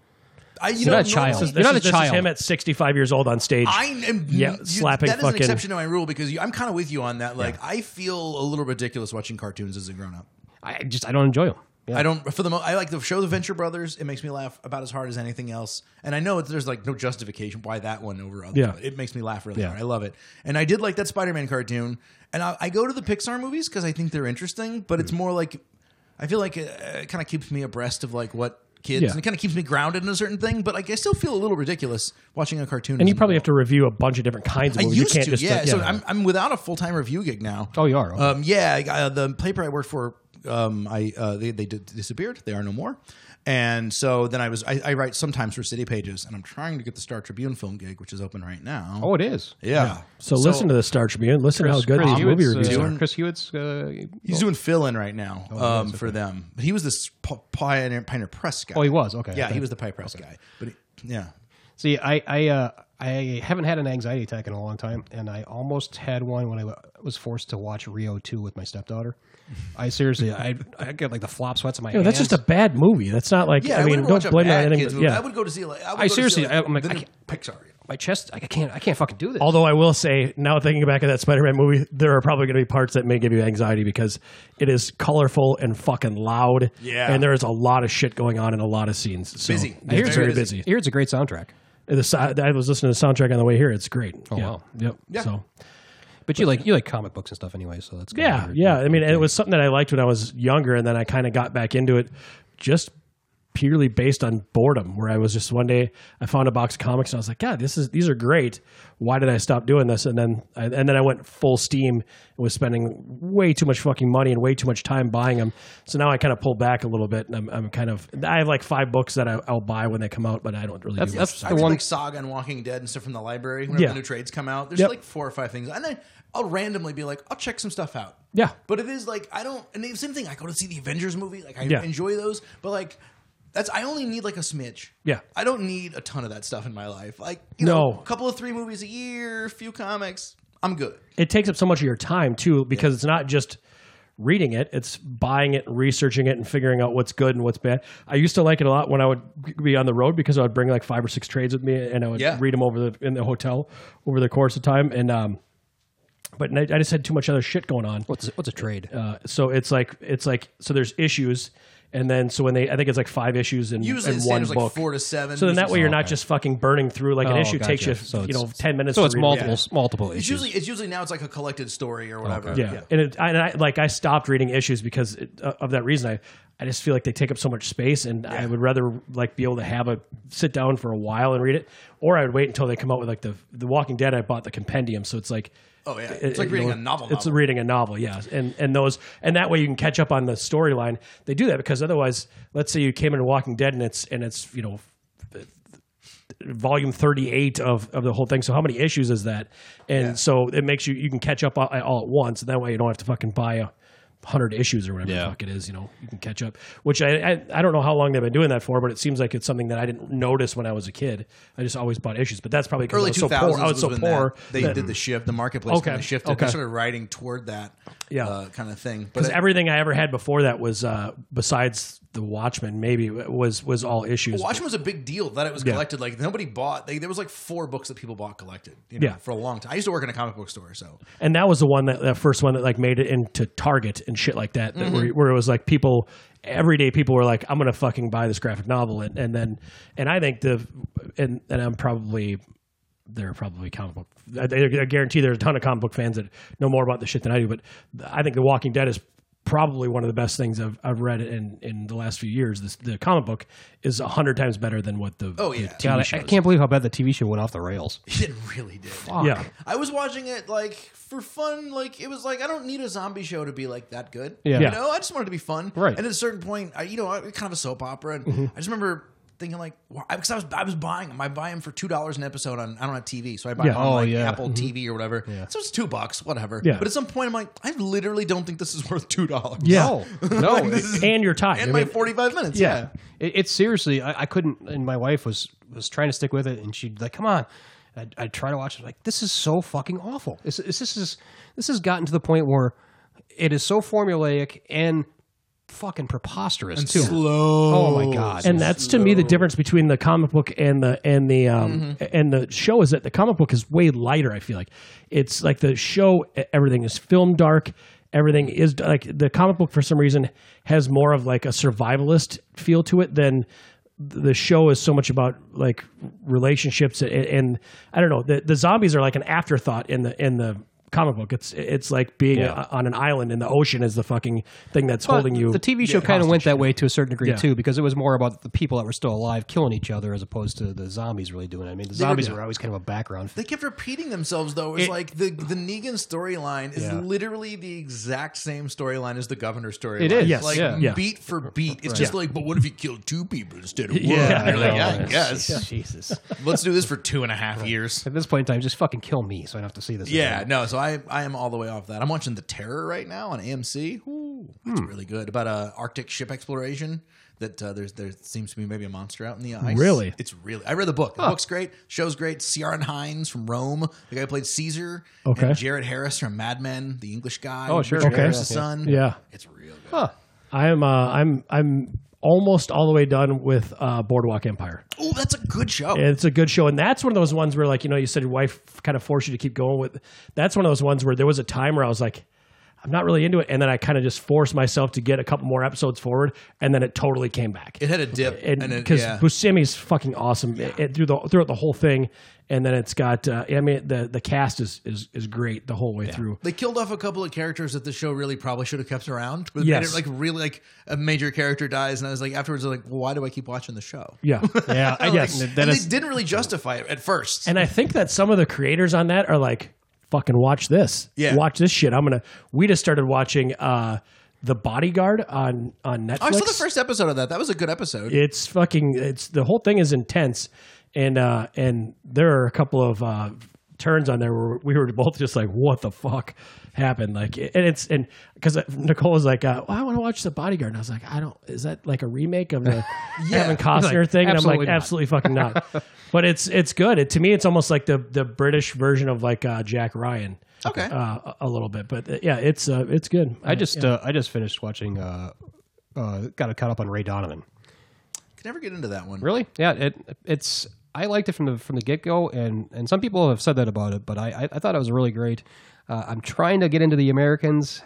I,
You're
you know,
not a
normally-
child.
This,
You're not a
is, this is
child.
him at 65 years old on stage.
I am
Yeah,
you-
slapping
That is
fucking-
an exception to my rule because you, I'm kind of with you on that. Like, I feel a little ridiculous watching cartoons as a grown up.
I just I don't enjoy them. Yeah.
I don't for the mo- I like the show The Venture Brothers. It makes me laugh about as hard as anything else. And I know that there's like no justification why that one over other.
Yeah.
but it makes me laugh really
Yeah.
hard. I love it. And I did like that Spider-Man cartoon. And I, I go to the Pixar movies because I think they're interesting. But
Hmm.
it's more like I feel like it, uh, it kind of keeps me abreast of like what kids
Yeah.
and it kind of keeps me grounded in a certain thing. But like I still feel a little ridiculous watching a cartoon.
and you probably have to review a bunch of different kinds of
I
movies.
used
you can't
to,
just
yeah.
like,
So I'm, I'm without a full time review gig now.
Oh, you are? Okay.
Um, yeah, I- uh, the paper I worked for, um, I uh, they they did, disappeared. They are no more. And so then I was I, I write sometimes for City Pages, and I'm trying to get the Star Tribune film gig, which is open right now.
Oh, it is.
yeah.
So, listen to the Star Tribune. Listen to how good these movie
Hewitt's,
reviews
uh,
are.
Chris Hewitt's. Uh,
He's doing fill in right now um, for them. But he was this p- pioneer pioneer press guy.
oh, he was okay.
yeah,
Okay.
he was the pie press guy. But he, yeah,
See, I I uh, I haven't had an anxiety attack in a long time, and I almost had one when I w- was forced to watch Rio Two with my stepdaughter. I seriously, I I got like the flop sweats in my.
No, that's
hands.
just a bad movie. That's not like
yeah.
I mean,
wouldn't watch
don't
a
blame it on
bad
anything.
kids
but
movie.
yeah.
I would go to see like I,
I
would go to see,
seriously,
like,
I- I'm like,
the
I
new
can't-
Pixar. you know.
my chest. I can't I can't fucking do this.
Although I will say, now thinking back of that Spider-Man movie, there are probably going to be parts that may give you anxiety because it is colorful and fucking loud.
Yeah.
and there is a lot of shit going on in a lot of scenes. So
Busy.
Yeah, it's
Very
very
busy.
busy.
Here it's a great soundtrack,
The si- I was listening to the soundtrack on the way here. It's great. Oh
wow.
Yep.
Yeah.
So
but you like you like comic books and stuff anyway, so that's good.
yeah, yeah. I mean, it was something that I liked when I was younger, and then I kind of got back into it just purely based on boredom. Where I was just one day I found a box of comics and I was like, God, this is these are great. Why did I stop doing this? And then I, and then I went full steam and was spending way too much fucking money and way too much time buying them. So now I kind of pull back a little bit, and I'm, I'm kind of I have like five books that I, I'll buy when they come out, but I don't really.
That's,
do
that's
much.
the
I did
one.
like Saga and Walking Dead and stuff from the library. Whenever
Yeah.
the new trades come out, there's
Yep.
like four or five things, and then I'll randomly be like, I'll check some stuff out.
Yeah.
but it is like I don't. And the same thing. I go to see the Avengers movie. Like I
Yeah.
enjoy those, but like that's I only need like a smidge.
Yeah.
I don't need a ton of that stuff in my life. Like you
No.
know, a couple of three movies a year, a few comics. I'm good.
it takes up so much of your time too because it's not just reading it it's buying it and researching it and figuring out what's good and what's bad i used to like it a lot when i would be on the road because i would bring like five or six trades with me and i would
Yeah.
read them over the in the hotel over the course of time and um but i I just had too much other shit going on
What's what's a trade?
uh, so it's like it's like so there's issues and then so when they i think it's like five issues and,
Usually
and
the
one
standard's like
book
four to seven.
so then that
usually-
way you're not just fucking burning through like an
Oh,
issue takes
gotcha.
you
So
you
it's-
know 10 minutes
So
to
it's
read it.
multiple multiple
It's
issues.
usually it's usually now it's like a collected story or whatever.
Yeah. and it, I, and I like I stopped reading issues because it, uh, of that reason. I I just feel like they take up so much space, and I would rather like be able to have a sit down for a while and read it, or I would wait until they come out with like the the Walking Dead. I bought the compendium, so it's like
Oh, yeah. It's like reading a novel
It's
novel.
reading a novel, yeah, and and those and that way you can catch up on the storyline. They do that because otherwise, let's say you came into Walking Dead and it's and it's you know volume 38 of, of the whole thing. So how many issues is that? And so it makes you, you can catch up all, all at once. And that way you don't have to fucking buy a hundred issues or whatever the fuck it is, you know, you can catch up, which I, I, I don't know how long they've been doing that for, but it seems like it's something that I didn't notice when I was a kid. I just always bought issues, but that's probably because I
early
was
two
so poor.
thousands.
I was so poor.
They
that-
did the shift. The marketplace
Okay,
kind of shifted.
okay.
They started writing toward that.
Yeah.
Uh, kind of thing. But
because everything I ever had before that was, uh, besides the Watchmen, maybe was, was all issues.
Watchmen was a big deal that it was collected. Like nobody bought. They, there was like four books that people bought collected. You know,
Yeah.
For a long time. I used to work in a comic book store, so
and that was the one that that first one that like made it into Target and shit like that, that where,
Mm-hmm.
where it was like people everyday people were like, I'm gonna fucking buy this graphic novel, and, and then and I think the and and I'm probably there are probably comic book. I, I guarantee there's a ton of comic book fans that know more about this shit than I do, but I think The Walking Dead is probably one of the best things I've, I've read in, in the last few years. This, the comic book is a hundred times better than what the
Oh,
the
yeah.
TV
God,
show
I, I
is.
can't believe how bad the TV show went off the rails.
It really did.
yeah
I was watching it like for fun. Like it was like I don't need a zombie show to be like that good.
Yeah.
you
Yeah.
know, I just wanted to be fun.
Right. Mm-hmm.
And at a certain point, I, you know, I, kind of a soap opera, and I just remember thinking like, wow, because I was I was buying them. I buy them for two dollars an episode on I don't have TV, so I buy
Yeah.
them on
Oh,
like
yeah.
Apple TV or whatever. So it's two bucks, whatever.
Yeah.
But at some point, I'm like, I literally don't think this is worth two dollars.
Yeah.
No, no.
Like,
it-
this is-
and you're tired
and
I
my
mean,
45 minutes.
yeah.
yeah.
It, it's seriously, I, I couldn't. And my wife was was trying to stick with it, and she'd like, "Come on." I'd, I'd try to watch it. Like, this is so fucking awful. This, this, this is this has gotten to the point where it is so formulaic and fucking preposterous too.
Slow.
Oh my god!
and that's to me the difference between the comic book and the and the um
Mm-hmm.
and the show is that the comic book is way lighter i feel like it's like the show e- everything is film dark everything is like the comic book for some reason has more of like a survivalist feel to it than the show is so much about like relationships and, and i don't know the, the zombies are like an afterthought in the in the comic book it's it's like being
Yeah.
on an island in the ocean is the fucking thing that's
But
holding you
The TV show kind of went that way to a certain degree
Yeah.
too, because it was more about the people that were still alive killing each other as opposed to the zombies really doing it. I mean, the zombies were always kind of a background.
They kept repeating themselves though. It's like the the Negan storyline is
Yeah.
literally the exact same storyline as the governor storyline.
It is,
Yes,
like
yeah.
Yeah.
beat for beat. It's just like, but what if he killed two people instead of one?
Yeah,
You're
I
like,
know.
yeah, I guess.
Jesus.
Let's do this for two and a half years.
At this point in time, just fucking kill me so I don't have to see this.
Yeah,
again.
no. So I I am all the way off that. I'm watching The Terror right now on AMC. Ooh, that's really good about uh, Arctic ship exploration. That uh, there's there seems to be maybe a monster out in the ice.
Really?
it's really. I read the book. The book's great. Show's great. Ciaran Hines from Rome, the guy who played Caesar.
Okay.
and Jared Harris from Mad Men, the English guy.
Oh, sure.
Richard
Okay.
Harris's
Yeah.
son.
Yeah.
it's real good.
I'm uh, I'm I'm almost all the way done with uh, Boardwalk Empire.
Oh, that's a good show.
It's a good show, and that's one of those ones where, like, you know, you said your wife kind of forced you to keep going with. That's one of those ones where there was a time where I was like, I'm not really into it, and then I kind of just forced myself to get a couple more episodes forward, and then it totally came back.
it had a dip, and,
and
then
because
yeah.
Buscemi's fucking awesome it, it- through the throughout the whole thing, and then it's got. Uh, I mean, the the cast is is is great the whole way through.
They killed off a couple of characters that the show really probably should have kept around, but
Yes.
made it like really like a major character dies, and I was like afterwards, I was like, well, why do I keep watching the show?
Yeah,
Yeah, I guess.
Like,
that
and
is-
they didn't really justify it at first.
And I think that some of the creators on that are like, fucking watch this.
Yeah.
Watch this shit. I'm gonna we just started watching uh The Bodyguard on on Netflix.
Oh, I saw the first episode of that. That was a good episode.
it's fucking it's the whole thing is intense. And uh and there are a couple of uh turns on there where we were both just like what the fuck happened like and it's and because nicole was like uh, well, i want to watch the bodyguard and i was like i don't is that like a remake of the kevin costner
Like,
thing and i'm
absolutely
like
not.
absolutely fucking not but it's it's good it, to me it's almost like the the british version of like uh jack ryan
Okay.
uh, a a little bit but uh, yeah it's uh it's good
I just uh, I just finished watching. Uh, uh, got caught up on Ray Donovan.
Can never get into that one.
Really? Yeah. It it's I liked it from the from the get go, and and some people have said that about it, but I I, I thought it was really great. Uh, I'm trying to get into the Americans.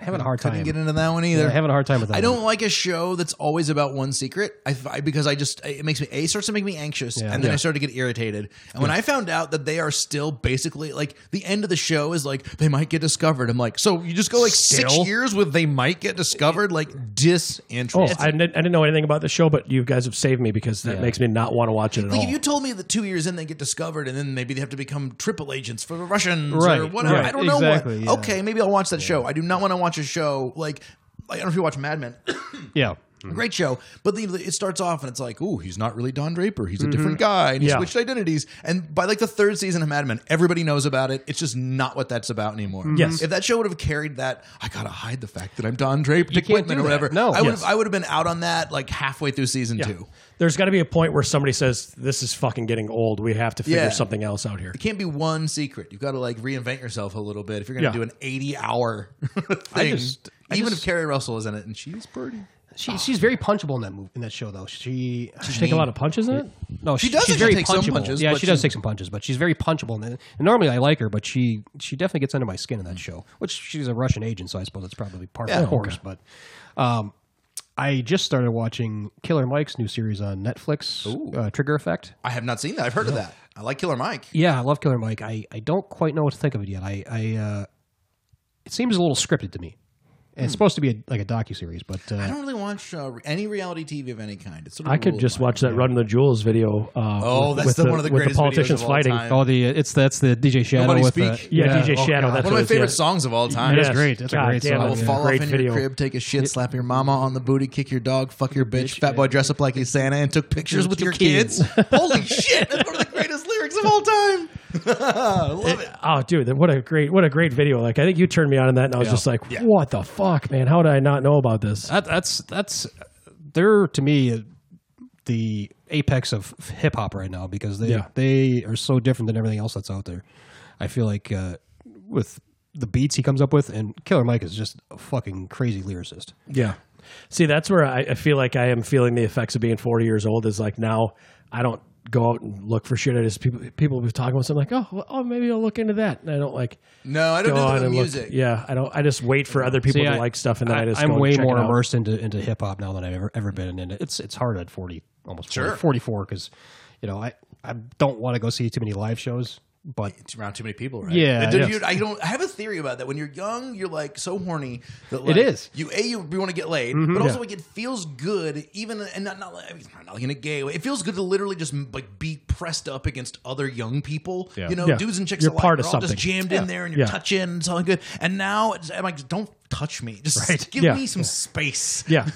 Having a hard
Couldn't
time.
get into that one either.
Yeah, having a hard time with that.
I
one.
don't like a show that's always about one secret. I, I because I just it makes me a it starts to make me anxious, and then I start to get irritated. And when I found out that they are still basically like the end of the show is like they might get discovered. I'm like, so you just go like
Still?
six years with they might get discovered, like
Oh,
disinterest.
I didn't, I didn't know anything about the show, but you guys have saved me because that makes me not want to watch it at
like
all.
if you told me that two years in they get discovered and then maybe they have to become triple agents for the Russians or
Right,
whatever.
right,
I don't know
exactly,
what.
yeah.
Okay, maybe I'll watch that show. I do not want to watch a show like I don't know if you watch Mad Men.
Yeah.
Great show, but the, it starts off and it's like, oh, he's not really Don Draper. He's
Mm-hmm.
a different guy, and he
Yeah.
switched identities. And by like the third season of Mad Men, everybody knows about it. It's just not what that's about anymore.
Mm-hmm.
Yes.
if that show would have carried that, I gotta hide the fact that I'm Don Draper, Dick
can't
Whitman,
do
or
that.
whatever.
No.
I would
Yes.
have I would have been out on that like halfway through season two.
There's got to be a point where somebody says, "This is fucking getting old. We have to figure
Yeah.
something else out here."
It can't be one secret. You've got to like reinvent yourself a little bit if you're going to
Yeah.
do an 80 hour thing.
just- I
Even
just-
if Carrie Russell is in it, and she's pretty.
She, she's very punchable in that movie, in that show though. She
Did you take a lot of punches in it.
no, she,
does
She's
actually
very
take some
punchable.
punches,
yeah,
but
she does
she-
take some punches, but she's very punchable. And, and normally I like her, but she she definitely gets under my skin in that show. Which she's a Russian agent, so I suppose that's probably part of the course. But um, I just started watching Killer Mike's new series on Netflix, uh, Trigger Effect.
I have not seen that. I've heard of that. I like Killer Mike.
Yeah, I love Killer Mike. I, I don't quite know what to think of it yet. I, I uh, it seems a little scripted to me. And It's supposed to be a, like a docu series, but uh,
I don't really watch uh, any reality TV of any kind. It's sort of
I
a
could
rule
just
of mine.
watch that "Run the Jewels" video. Uh,
Oh,
with-
that's
with
the, one of the
with
greatest
the politicians
videos of all
fighting.
time.
oh, the it's that's the DJ Shadow
Nobody
with the- Oh,
Speak?
Yeah, DJ Shadow.
God.
One of
That's what
my
it's-
favorite
yeah.
songs of all time.
Yes. great. That's a great
damn,
song.
I will
Yeah.
fall
great
off in
video.
your crib, take a shit, slap your mama on the booty, kick your dog, fuck your bitch, fat boy dress up like he's Santa, and took pictures with your kids. Holy shit! That's one of the greatest lyrics of all time. I love it.
Oh, dude, that- what a great, what a great video! Like, I think you turned me on to that, and I was just like, "What the fuck, man? How did I not know about this?"
That, that's that's they're to me uh, the apex of hip hop right now because they
Yeah.
they are so different than everything else that's out there. I feel like uh, with the beats he comes up with, and Killer Mike is just a fucking crazy lyricist.
Yeah. See, that's where I, I feel like I am feeling the effects of being 40 years old. Is like now I don't go out and look for shit. I just people people be talking about something like, oh, well, oh, maybe I'll look into that. And I don't like
No, I don't
go
do
out
that with
and look-
music.
Yeah, I don't. I just wait for other people to
I-
like stuff, and then I, just
I'm
go and
way
check
more
it out.
immersed into into hip hop now than I've ever ever been, and it's it's hard at 40, almost
Sure.
40, 44, because you know I I don't want to go see too many live shows, but
It's around too many people, right?
Yeah,
Dude,
yes.
you- I don't. I have a theory about that. When you're young, you're like so horny that like,
is.
You a you, want to get laid,
Mm-hmm.
but also like it feels good, even and not not, like- I mean, not like in a gay way. It feels good to literally just like be pressed up against other young people. You know,
Yeah.
dudes and chicks
You're
alike.
part
You're
of
all just
something.
jammed in there, and you're
Yeah.
touching and it's all good. And now it's, I'm like, don't touch me. Just give
Yeah.
me some space.
Yeah.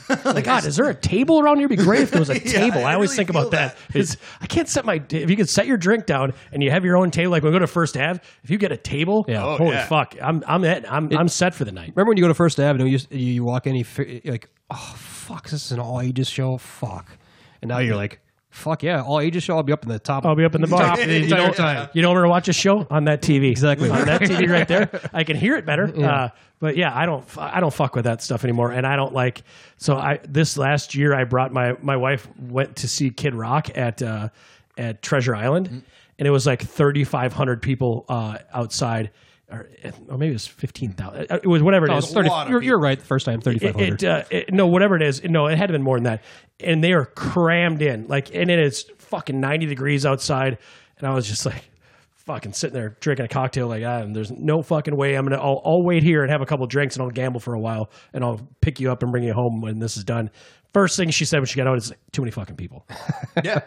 God, is there a table around here? It'd be great if there was a table. I,
I
always
really
think about
feel
that.
that.
It's, I can't set my, if you could set your drink down and you have your own table, like we go to First Ave, if you get a table,
Yeah. Oh,
holy
yeah.
fuck, I'm, I'm, at, I'm, I'm set for the night.
Remember when you go to First Avenue, you you, you walk in, you fi- you're like, oh fuck, this is an all ages show, fuck, and now you're like, fuck yeah, all ages show, I'll be up in the top,
I'll be up in the bar.
top the
you
entire
know,
time.
you know, I'm going to watch a show on that TV.
Exactly.
on that TV right there. I can hear it better. Uh, but yeah, I don't, I don't fuck with that stuff anymore, and I don't like. So I this last year, I brought my my wife went to see Kid Rock at uh, at Treasure Island, and it was like 3,500 people uh, outside, or, or maybe it was 15,000. It was whatever it
Oh,
is.
it's 30
lot of
you're, you're right, the first time thirty five
It,
hundred.
it, uh, it- no, whatever it is, no, it had to been more than that. And they are crammed in, like, and it is fucking ninety degrees outside, and I was just like, fucking sitting there drinking a cocktail, like, ah, there's no fucking way I'm gonna, I'll, I'll wait here and have a couple drinks and I'll gamble for a while and I'll pick you up and bring you home when this is done. First thing she said when she got out is too many fucking people.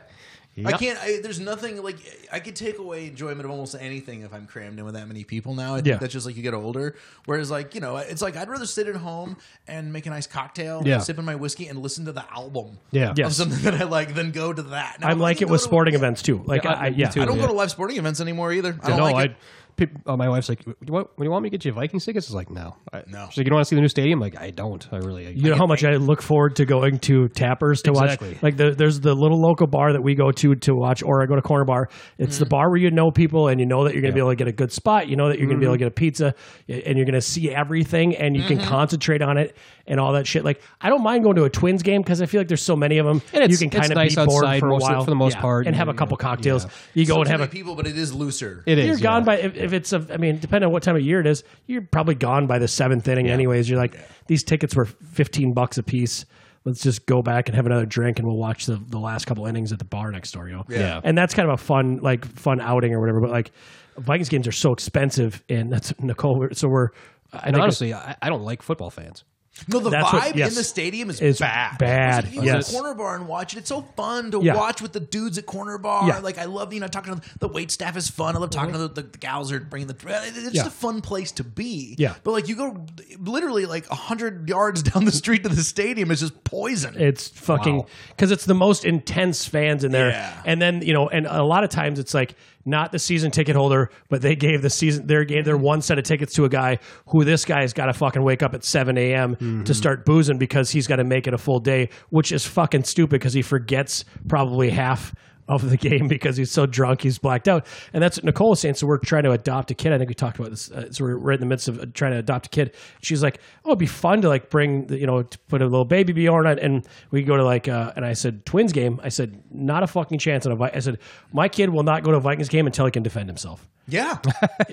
Yeah. I can't. I, there's nothing like I could take away enjoyment of almost anything if I'm crammed in with that many people now. I think
Yeah.
that's just like you get older. Whereas like you know, it's like I'd rather sit at home and make a nice cocktail,
Yeah.
sipping my whiskey, and listen to the album,
Yeah.
Yes.
of something that I like, than go to that. Now,
I'm
I
like
can
it
go
with
to-
sporting events too. Like,
Yeah,
I,
I-
I-
me
yeah,
too.
I don't
Yeah.
go to live sporting events anymore either. I don't
no,
like it.
I. peop- uh, my wife's like, "Do you want- "When you want me to get you Vikings tickets?" It's like, "No, I,
No.
She's like, "You don't want to see the new stadium?" Like, I don't. I really. I,
You know how much I look forward to going to Tappers to
Exactly.
watch. Like the, there's the little local bar that we go to to watch, or I go to Corner Bar. It's
Mm.
the bar where you know people, and you know that you're going to be able to get a good spot. You know that you're going to be able
Mm-hmm.
to get a pizza, and you're going to see everything, and you can concentrate on it and all that shit. Like I don't mind going to a Twins game because I feel like there's so many of them.
And it's-
you can
it's
kind of
nice
be bored
outside
for a
most of-
while
for the most
Yeah,
part,
and have a
and,
couple
yeah.
cocktails. You go and
Too
have
many
a
people, but it is looser.
it is,
you're gone
yeah.
by if, if it's a. I mean, depending on what time of year it is, you're probably gone by the seventh inning. Anyways, you're like these tickets were fifteen bucks a piece. Let's just go back and have another drink, and we'll watch the, the last couple innings at the bar next door. You know,
Yeah.
And that's kind of a fun like fun outing or whatever. But like Vikings games are so expensive, and that's Nicole. we're- So we're I
And
think
honestly, I, I don't like football fans.
No, the
That's
vibe
what- yes.
in the stadium is
It's
bad.
bad,
It's like, you
yes.
go to corner bar and watch it. It's so fun to
Yeah.
watch with the dudes at corner bar.
Yeah.
Like I love you know talking to the wait staff is fun. I love talking to the, the, gals or bringing the. It's just
Yeah.
a fun place to be.
Yeah.
but like you go literally like hundred yards down the street to the stadium is just poison.
It's fucking
Wow.
because it's the most intense fans in there.
Yeah.
And then you know, and a lot of times it's like not the season ticket holder, but they gave the season they gave their one set of tickets to a guy who this guy's got to fucking wake up at seven a.m. to start boozing because he's got to make it a full day, which is fucking stupid because he forgets probably half. Of the game because he's so drunk he's blacked out, and that's what Nicole was saying. So we're trying to adopt a kid. I think we talked about this. Uh, so we're, we're in the midst of uh, trying to adopt a kid. She's like, "Oh, it'd be fun to like bring the, you know to put a little baby Bjorn on." And we go to like, uh, and I said, "Twins game." I said, "Not a fucking chance on a Vi-. I said, "My kid will not go to a Vikings game until he can defend himself."
yeah,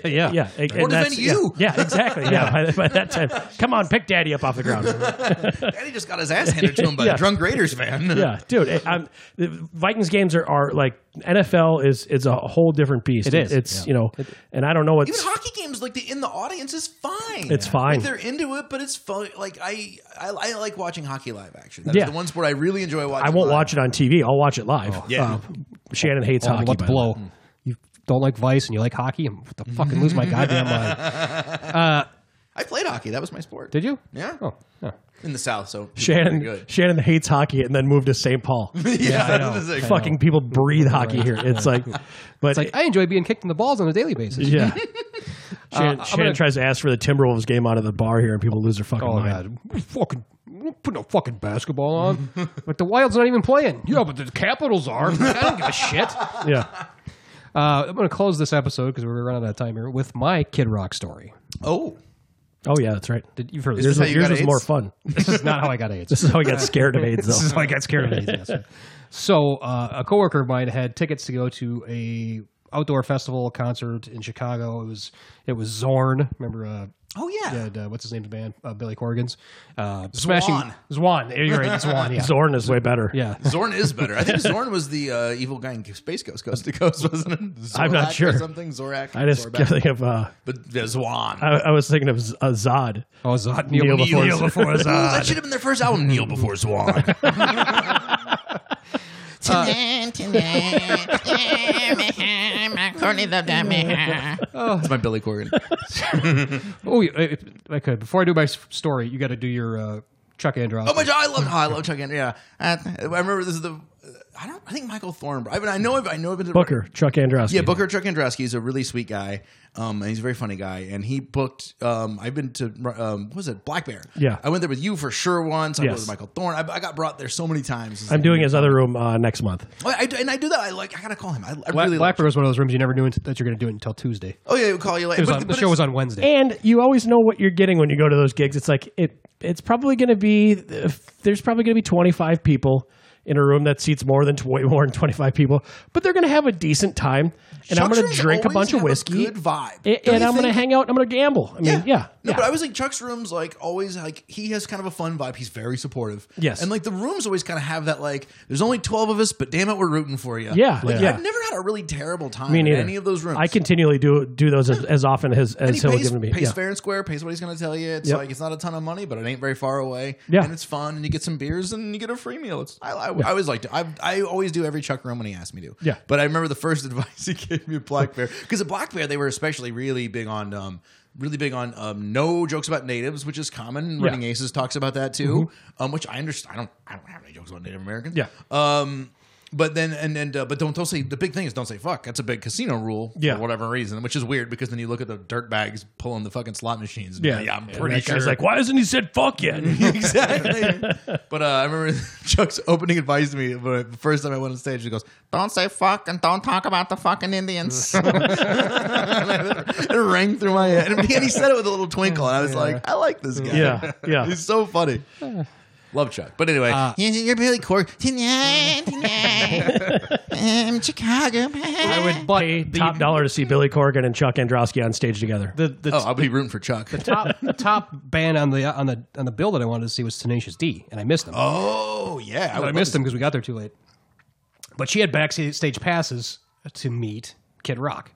Yeah,
Yeah, and- and
defend
that's-
you.
Yeah, yeah, exactly. Yeah, by, by that time, come on, pick Daddy up off the ground.
and he just got his ass handed to him by
Yeah.
a drunk Raiders fan.
yeah, dude. It, I'm, the Vikings games are, are are like NFL is is a whole different beast.
It is,
It's you know, and I don't know
Even
what's
hockey games, like the in the audience is fine.
It's fine.
Like, they're into it, but it's fun. Like I, I, I like watching hockey live action. That's
Yeah.
the one sport I really enjoy watching.
I won't
live.
watch it on TV. I'll watch it live. Um,
Yeah.
Shannon hates
Oh,
hockey.
let's
by the way.
blow. You don't like Vice and you like hockey. I'm to fucking lose my goddamn mind.
I played hockey. That was my sport.
Did you?
Yeah.
Oh, yeah.
In the South, so people are
Shannon
good.
Shannon hates hockey and then moved to St. Paul.
yeah,
I know.
that's the thing.
Fucking people breathe hockey here. It's like, but
It's like I enjoy being kicked in the balls on a daily basis.
yeah. Shannon,
I'm
Shannon
gonna-
tries to ask for the Timberwolves game out of the bar here, and people lose their fucking
Oh
mind.
god, fucking put no fucking basketball on. but the Wild's not even playing. Yeah, but the Capitals are. I don't give a shit.
Yeah,
Uh, I'm going to close this episode because we're running out of time here with my Kid Rock story.
Oh,
oh yeah, that's right.
Did you've heard of
Is
this?
Yours,
this how
was,
you
yours
got
was more
AIDS?
fun.
This is not how I got AIDS.
This is how I got scared of AIDS.
This is
Though.
how I got scared of AIDS. yes, right. So uh, a coworker of mine had tickets to go to a outdoor festival concert in Chicago. It was it was Zorn. Remember, uh,
oh yeah.
yeah, uh, what's his name's band? Uh, Billy Corgan's. Uh, Smashing
Zwan.
Zwan. Yeah, You're right. Zwan. Yeah.
Zorn is way better.
Yeah.
Zorn is better. I think Zorn was the uh, evil guy in Space Ghost, Coast to Coast, wasn't it? Zorak
I'm not
Or
sure.
something Zorak.
I just
Zorback.
kept thinking of. Uh,
but yeah, Zwan.
I, I was thinking of Z- uh, Zod.
Oh, Zod. Kneel,
Kneel
before,
before-
kneel before
Ooh, that
Zod.
should have been their first album, Kneel Before Swan. Uh,
Tonight, tonight, my corny love that me.
That's my Billy Corgan.
oh, yeah, uh, okay. Before I do my s- story, you got to do your uh, Chuck Andrews.
Oh my god, I love oh, I love Chuck Andrews. Yeah, Uh, I remember this is the. I don't. I think Michael Thorne. I, mean, I know. I've, I know. I've been to-
Booker, Chuck Androsky.
Yeah, Booker Chuck Androsky is a really sweet guy. Um, and he's a very funny guy. And he booked. Um, I've been to. Um, what was it Black Bear?
Yeah.
I went there with you for sure once. I went
Yes.
with Michael Thorne. I, I got brought there so many times. Oh,
I'm doing his other room uh, next month.
I, I do- and I do that. I like. I gotta call him. I, I
Black,
really like.
Blackbird was one of those rooms you never knew int- that you're going to do it until Tuesday.
Oh yeah, we'll call you
It
later.
was on, the show was on Wednesday.
And you always know what you're getting when you go to those gigs. It's like it. It's probably going to be. There's probably going to be 25 people in a room that seats more than tw- way more than 25 people, but they're going to have a decent time. And I'm going to drink a bunch of whiskey.
Good vibe.
a-
Don't
and
you
I'm going to
think?
hang out. and I'm going to gamble. I mean, yeah, yeah.
No, but I was like Chuck's rooms like always like he has kind of a fun vibe. He's very supportive.
Yes.
And like the rooms always kind of have that like there's only 12 of us but damn it we're rooting for you.
Yeah,
Like
yeah.
I've never had a really terrible time
Me
in
neither.
any of those rooms.
I continually do do those as, as often as
and
as
he
he'll
pays,
give me.
pays
Yeah.
fair and square, pays what he's going to tell you. It's
Yep.
like it's not a ton of money, but it ain't very far away.
Yeah.
and it's fun, and you get some beers, and you get a free meal. It's I, I, I always liked it. I I always do every Chuck room when he asks me to.
Yeah.
but I remember the first advice he gave me at Black Bear because at Black Bear they were especially really big on um really big on um no jokes about natives, which is common. Running Aces talks about that too, um which I understand. I don't I don't have any jokes about Native Americans.
Mm-hmm. Yeah.
um. But then and and uh, but don't don't say the big thing is don't say fuck. That's a big casino rule
Yeah.
for whatever reason, which is weird because then you look at the dirt bags pulling the fucking slot machines. and
Yeah,
yeah, I'm
And
pretty
that
sure.
Guy's like, why hasn't he said fuck yet?
exactly. but uh, I remember Chuck's opening advice to me when I- the first time I went on stage. He goes,
Don't say fuck and don't talk about the fucking Indians.
it rang through my head, and he said it with a little twinkle, and I was like, I like this guy.
Yeah, yeah. Uh,
he's so funny. Love Chuck. But anyway,
You're Billy Corgan. Tonight, tonight, um, Chicago.
I would but
Pay
the-
top dollar to see Billy Corgan and Chuck Androsky on stage together.
the, the
oh, I'll be rooting for Chuck.
top the top band on the on the on the bill that I wanted to see was Tenacious D, and I missed them.
Oh yeah,
But I
would
missed
love
them because we got there too late. But she had backstage passes to meet Kid Rock,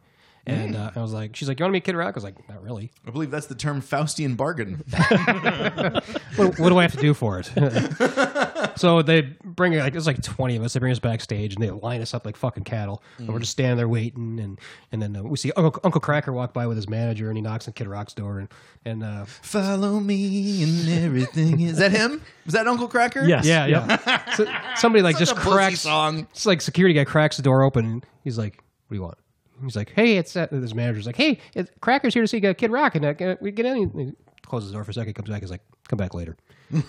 and uh, I was like, she's like, "You want to meet Kid Rock?" I was like, "Not really.
to- I believe that's the term Faustian bargain.
What, what do I have to do for it?" so they bring like there's like 20 of us. They bring us backstage and they line us up like fucking cattle, and we're just standing there waiting. And and then uh, we see Uncle, Uncle Cracker walk by with his manager, and he knocks on Kid Rock's door, and and uh,
Follow me and everything. Is that him? Was that Uncle Cracker?
Yes.
Yeah,
Yep.
yeah. so, somebody like
Such
just
a pussy
cracks.
song.
It's like security guy cracks the door open. And he's like, "What do you want?" He's like, "Hey, it's that." His manager's like, "Hey, it's, Cracker's here to see uh, Kid Rock." And uh, we get in. And he closes the door for a second. Comes back. He's like, "Come back later."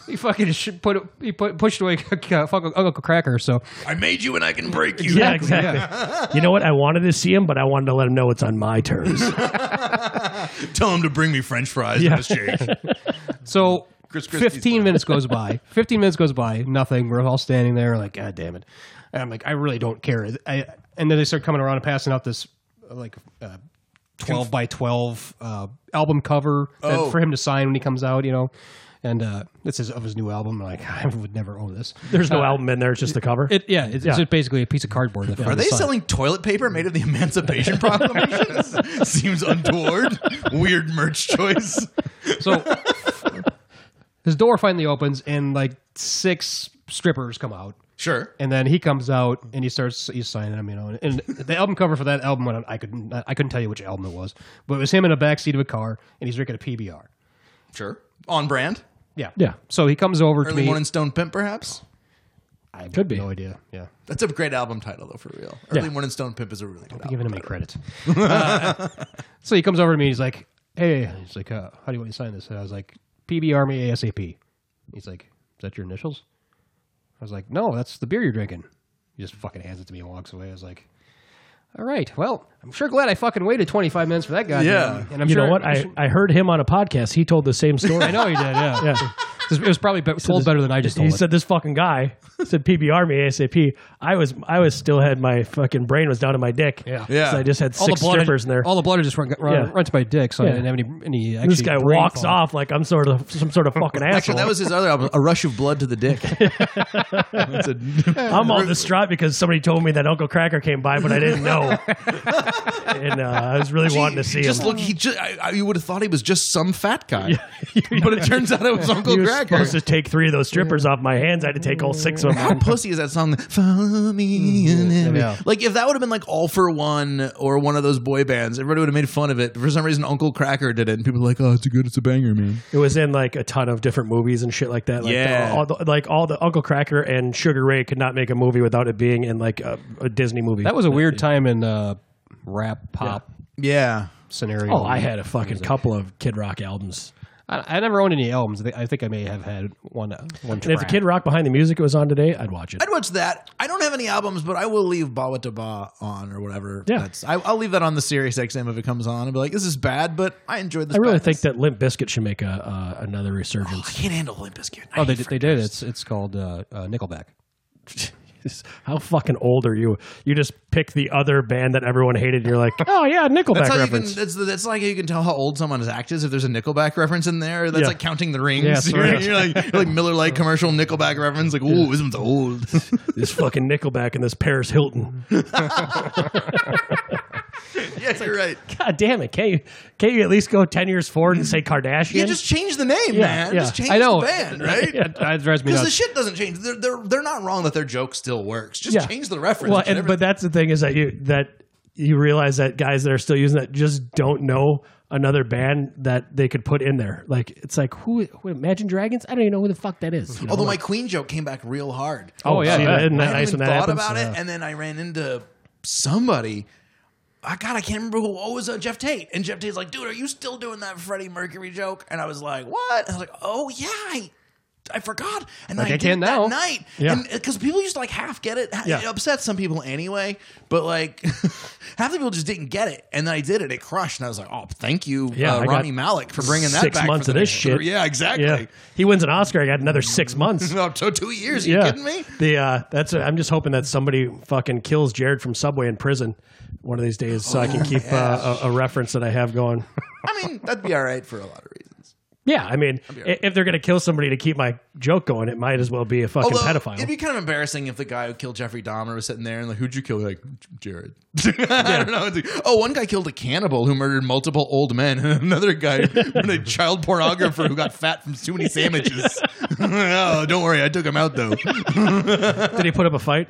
he fucking just sh- put he put, pushed away uh, fuck Uncle Cracker. So
I made you and I can break you.
Yeah, exactly. You know what? I wanted to see him, but I wanted to let him know it's on my terms.
Tell him to bring me French fries
Yeah.
and a shake.
so.
Chris Christie's
15
plan.
minutes goes by 15 minutes goes by nothing we're all standing there like god damn it and i'm like i really don't care I, and then they start coming around and passing out this uh, like uh, 12 by 12 uh, album cover that-
Oh.
Oh. for him to sign when he comes out you know and uh, this is of his new album. Like I would never own this.
There's no album in there. It's just the cover.
It yeah, it's,
Yeah.
it's just basically a piece of cardboard. That
Are they selling toilet paper made of the Emancipation Proclamation? Seems untoward. Weird merch choice.
So his door finally opens, and like six strippers come out.
Sure.
And then he comes out
Mm.
and he starts he's signing them, you know. And, and the album cover for that album, went on- I couldn't I couldn't tell you which album it was, but it was him in a backseat of a car and he's drinking a PBR.
Sure. On brand.
Yeah,
Yeah.
So he comes over to
Early
me.
Morning Stone Pimp, perhaps?
I have
Could be.
no idea. Yeah,
That's a great album title, though, for real. Early Morning Stone Pimp is a really good
I'm
album.
giving him any credit. Uh, so he comes over to me. He's like, "Hey," he's like, uh, "How do you want me to sign this?" And I was like, "PBR me ASAP." He's like, "Is that your initials?" I was like, "No, that's the beer you're drinking." He just fucking hands it to me and walks away. I was like. All right. Well, I'm sure glad I fucking waited 25 minutes for that guy.
Yeah.
And I'm
you
sure
know what? I, I heard him on a podcast. He told the same story.
I know he did. Yeah. It
Yeah.
was probably be- told better than I just told
he
it.
said this fucking guy said PBR me ASAP. I was I was still had my fucking brain was down to my dick.
Yeah.
Yeah.
So I just had six
blood
strippers in there.
All the blood just run, run,
Yeah.
run to my dick, so
Yeah.
I didn't have any any. Actually
this guy
brain
walks
fall.
off like I'm sort of some sort of fucking asshole.
Actually, that was his other album, A Rush of Blood to the Dick. That's a-
I'm all distraught because somebody told me that Uncle Cracker came by, but I didn't know, and uh, I was really wanting to see
just
him.
look, he just, I, I, you would have thought he was just some fat guy, but it turns out it was Uncle
he was
Gregor.
supposed to take three of those strippers off my hands. I had to take all six of
How
them.
pussy is that song? Follow me. and then me.
Yeah.
Like if that would have been like All for One or one of those boy bands, everybody would have made fun of it. But for some reason, Uncle Cracker did it, and people were like, "Oh, it's a good, it's a banger, man."
It was in like a ton of different movies and shit like that. Like
Yeah.
the, all the, like all the Uncle Cracker and Sugar Ray could not make a movie without it being in like a, a Disney movie.
That was a weird time in uh, rap pop
Yeah,
scenario.
oh, I had a fucking couple of Kid Rock albums.
I, I never owned any albums. I think- I think I may have had one. uh, One
And if
track.
Kid Rock Behind the Music was on today, I'd watch it.
I'd watch that. I don't have any albums, but I will leave Bawa to Ba on or whatever.
Yeah.
That's, I, I'll leave that on the Sirius XM if it comes on. I'll be like, "This is bad," but I enjoyed this.
I really
badness.
think that Limp Bizkit should make a uh, another
I
resurgence.
can't handle Limp Bizkit.
Oh, they, did- they did. It's it's called uh, uh, Nickelback.
How fucking old are you? You just pick the other band that everyone hated, and you're like, oh yeah, Nickelback
That's how
reference.
you can. That's, that's like how you can tell how old someone's act is if there's a Nickelback reference in there. That's
Yeah.
like counting the rings.
Yes,
you're,
right.
you're like you're like Miller Lite commercial Nickelback reference. Like, ooh, this one's old.
this fucking Nickelback and this Paris Hilton.
yeah, you're right.
God damn it! Can you can you at least go ten years forward and say Kardashian?
You just change the name, man.
yeah.
Just change
I know.
the band, right?
That, that drives me
Because the
nuts.
shit doesn't change. They're, they're they're not wrong that their joke still works. Just
Yeah.
change the reference.
well,
Shit,
and, but
everything-
that's the thing is that you that you realize that guys that are still using that just don't know another band that they could put in there. Like it's like who, who Imagine Dragons? I don't even know who the fuck that is. you know?
Although my
Like,
Queen joke came back real hard.
Oh, yeah,
see,
yeah.
isn't that
Oh, I
nice
even
when that
thought
happens?
about
Yeah.
it, and then I ran into somebody. I God, I can't remember who. Oh, it was uh, Jeff Tate, and Jeff Tate's like, "Dude, are you still doing that Freddie Mercury joke?" And I was like, "What?" And I was like, "Oh yeah, I, I forgot." And
Like,
I,
I
did
can
that
now.
night,
Yeah.
because people used to like half get it.
Yeah.
It upsets some people anyway, but like half the people just didn't get it, and then I did it. It crushed, and I was like, "Oh, thank you,
Yeah,
uh,
I got
Ronnie Malik, for bringing that
six
back
months
for
of
the
this
next-
shit.
Yeah, exactly.
Yeah, he wins an Oscar. I got another six months.
Up to two years. Are you
yeah,
kidding me?
The uh, that's I'm just hoping that somebody fucking kills Jared from Subway in prison one of these days, so I
Oh,
can keep uh, a, a reference that I have going.
I mean, that'd be all right for a lot of reasons.
Yeah, I mean, i- if they're gonna kill somebody to keep my joke going, it might as well be a fucking
Although,
pedophile.
It'd be kind of embarrassing if the guy who killed Jeffrey Dahmer was sitting there and like, who'd you kill? Like, Jared. I don't know. It's like, oh, one guy killed a cannibal who murdered multiple old men. Another guy, a child pornographer who got fat from too many sandwiches. oh, don't worry, I took him out though.
Did he put up a fight?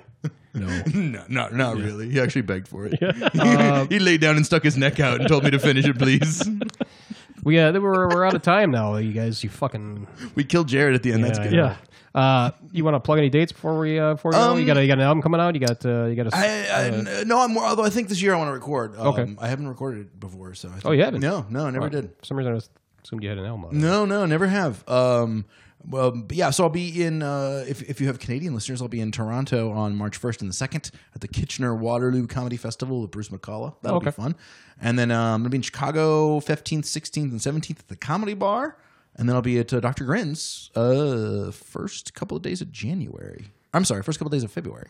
no, not not really. He actually begged for it. he laid down and stuck his neck out and told me to finish it, please.
We uh, we're we're out of time now. You guys, you fucking.
we killed Jared at the end. That's
I
good.
know.
Yeah.
Uh, you want to plug any dates before we uh, before we go? You got a, you got an album coming out. You got uh, you got a.
I, I, n- no, I'm. Although I think this year I want to record. Um,
Okay.
I haven't recorded it before, so. I think,
oh, you haven't.
No, no, I never did.
For some reason, I was- assumed you had an album. out.
No, no, never have. Um, well, but yeah, so I'll be in. Uh, if if you have Canadian listeners, I'll be in Toronto on March first and the second at the Kitchener Waterloo Comedy Festival with Bruce McCullough. That'll be
Okay.
fun. And then um, I'm gonna be in Chicago fifteenth, sixteenth, and seventeenth at the Comedy Bar. And then I'll be at uh, Dr. Grin's uh, first couple of days of January. I'm sorry, first couple of days of February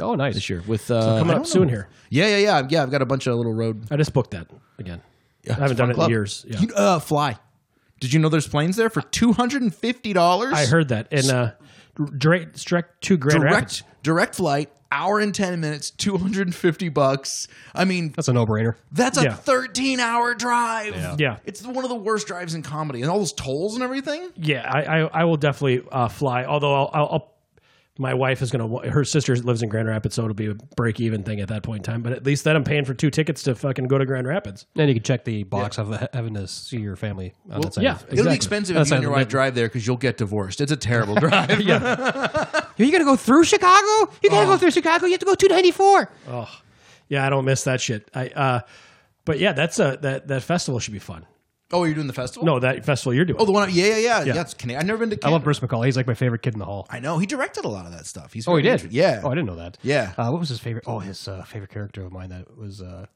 Oh, nice.
this year. With uh, I
coming
don't
up soon
know.
here.
Yeah, yeah, yeah, yeah. I've got a bunch of little road.
I just booked that again. I
it's
haven't
fun
done it
club.
in years. Yeah.
You- uh, fly. Did you know there's planes there for two hundred and fifty dollars?
I heard that. And uh, direct, direct to Grand Rapids.
direct direct flight, hour and ten minutes, two hundred and fifty bucks. I mean,
That's a no brainer.
that's a
Yeah.
thirteen hour drive. Yeah.
Yeah.
It's one of the worst drives in comedy, and all those tolls and everything.
Yeah, I, I, I will definitely uh, fly. Although I'll, I'll, I'll my wife is going to. Her sister lives in Grand Rapids, so it'll be a break even thing at that point in time. But at least then I'm paying for two tickets to fucking go to Grand Rapids.
And you can check the box of having to see your family on that side.
yeah,
of-
It'll be
Exactly.
expensive
That's
if you and
not
your
the
wife drive there because you'll get divorced. It's a terrible drive.
Are you gonna go through Chicago? You gotta go through Chicago. You have to go two ninety four.
Yeah, I don't miss that shit. I. Uh, but yeah, that's a that that festival should be fun.
Oh, you're doing the festival?
No, that festival you're doing.
Oh, the one. Yeah, yeah, yeah. Yeah, it's Canadian. I've never been to.
I
Canada.
love Bruce McCall. He's like my favorite kid in the hall.
I know he directed a lot of that stuff. He's
Oh, he
very
did.
inter- Yeah.
Oh, I didn't know that.
Yeah.
Uh, what was his favorite? Oh, his uh, favorite character of mine that was. Uh,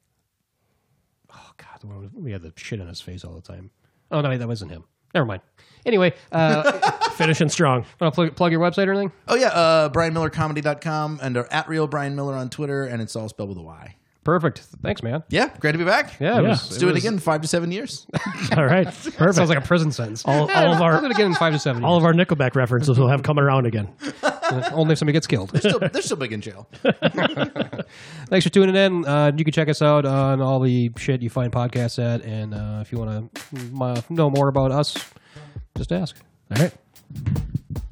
oh God, the one with- we had the shit on his face all the time. Oh no, wait, that wasn't him. Never mind. Anyway, uh,
finishing strong.
want to plug, plug your website or anything?
Oh yeah, uh, BrianMillerComedy.com and uh, at real Brian Miller on Twitter, and it's all spelled with a Y.
Perfect. Thanks, man.
Yeah, great to be back.
Yeah, it
Yeah.
was-
let's do it,
was-
again. in Five to seven years.
All right, perfect.
Sounds like a prison sentence.
all, all of
I'll do
our
it again in five to seven.
all of our Nickelback references will have come around again.
Only if somebody gets killed.
Still, they're still big in jail.
Thanks for tuning in. Uh, you can check us out on all the shit you find podcasts at, and uh, if you want to uh, know more about us, just ask. All right.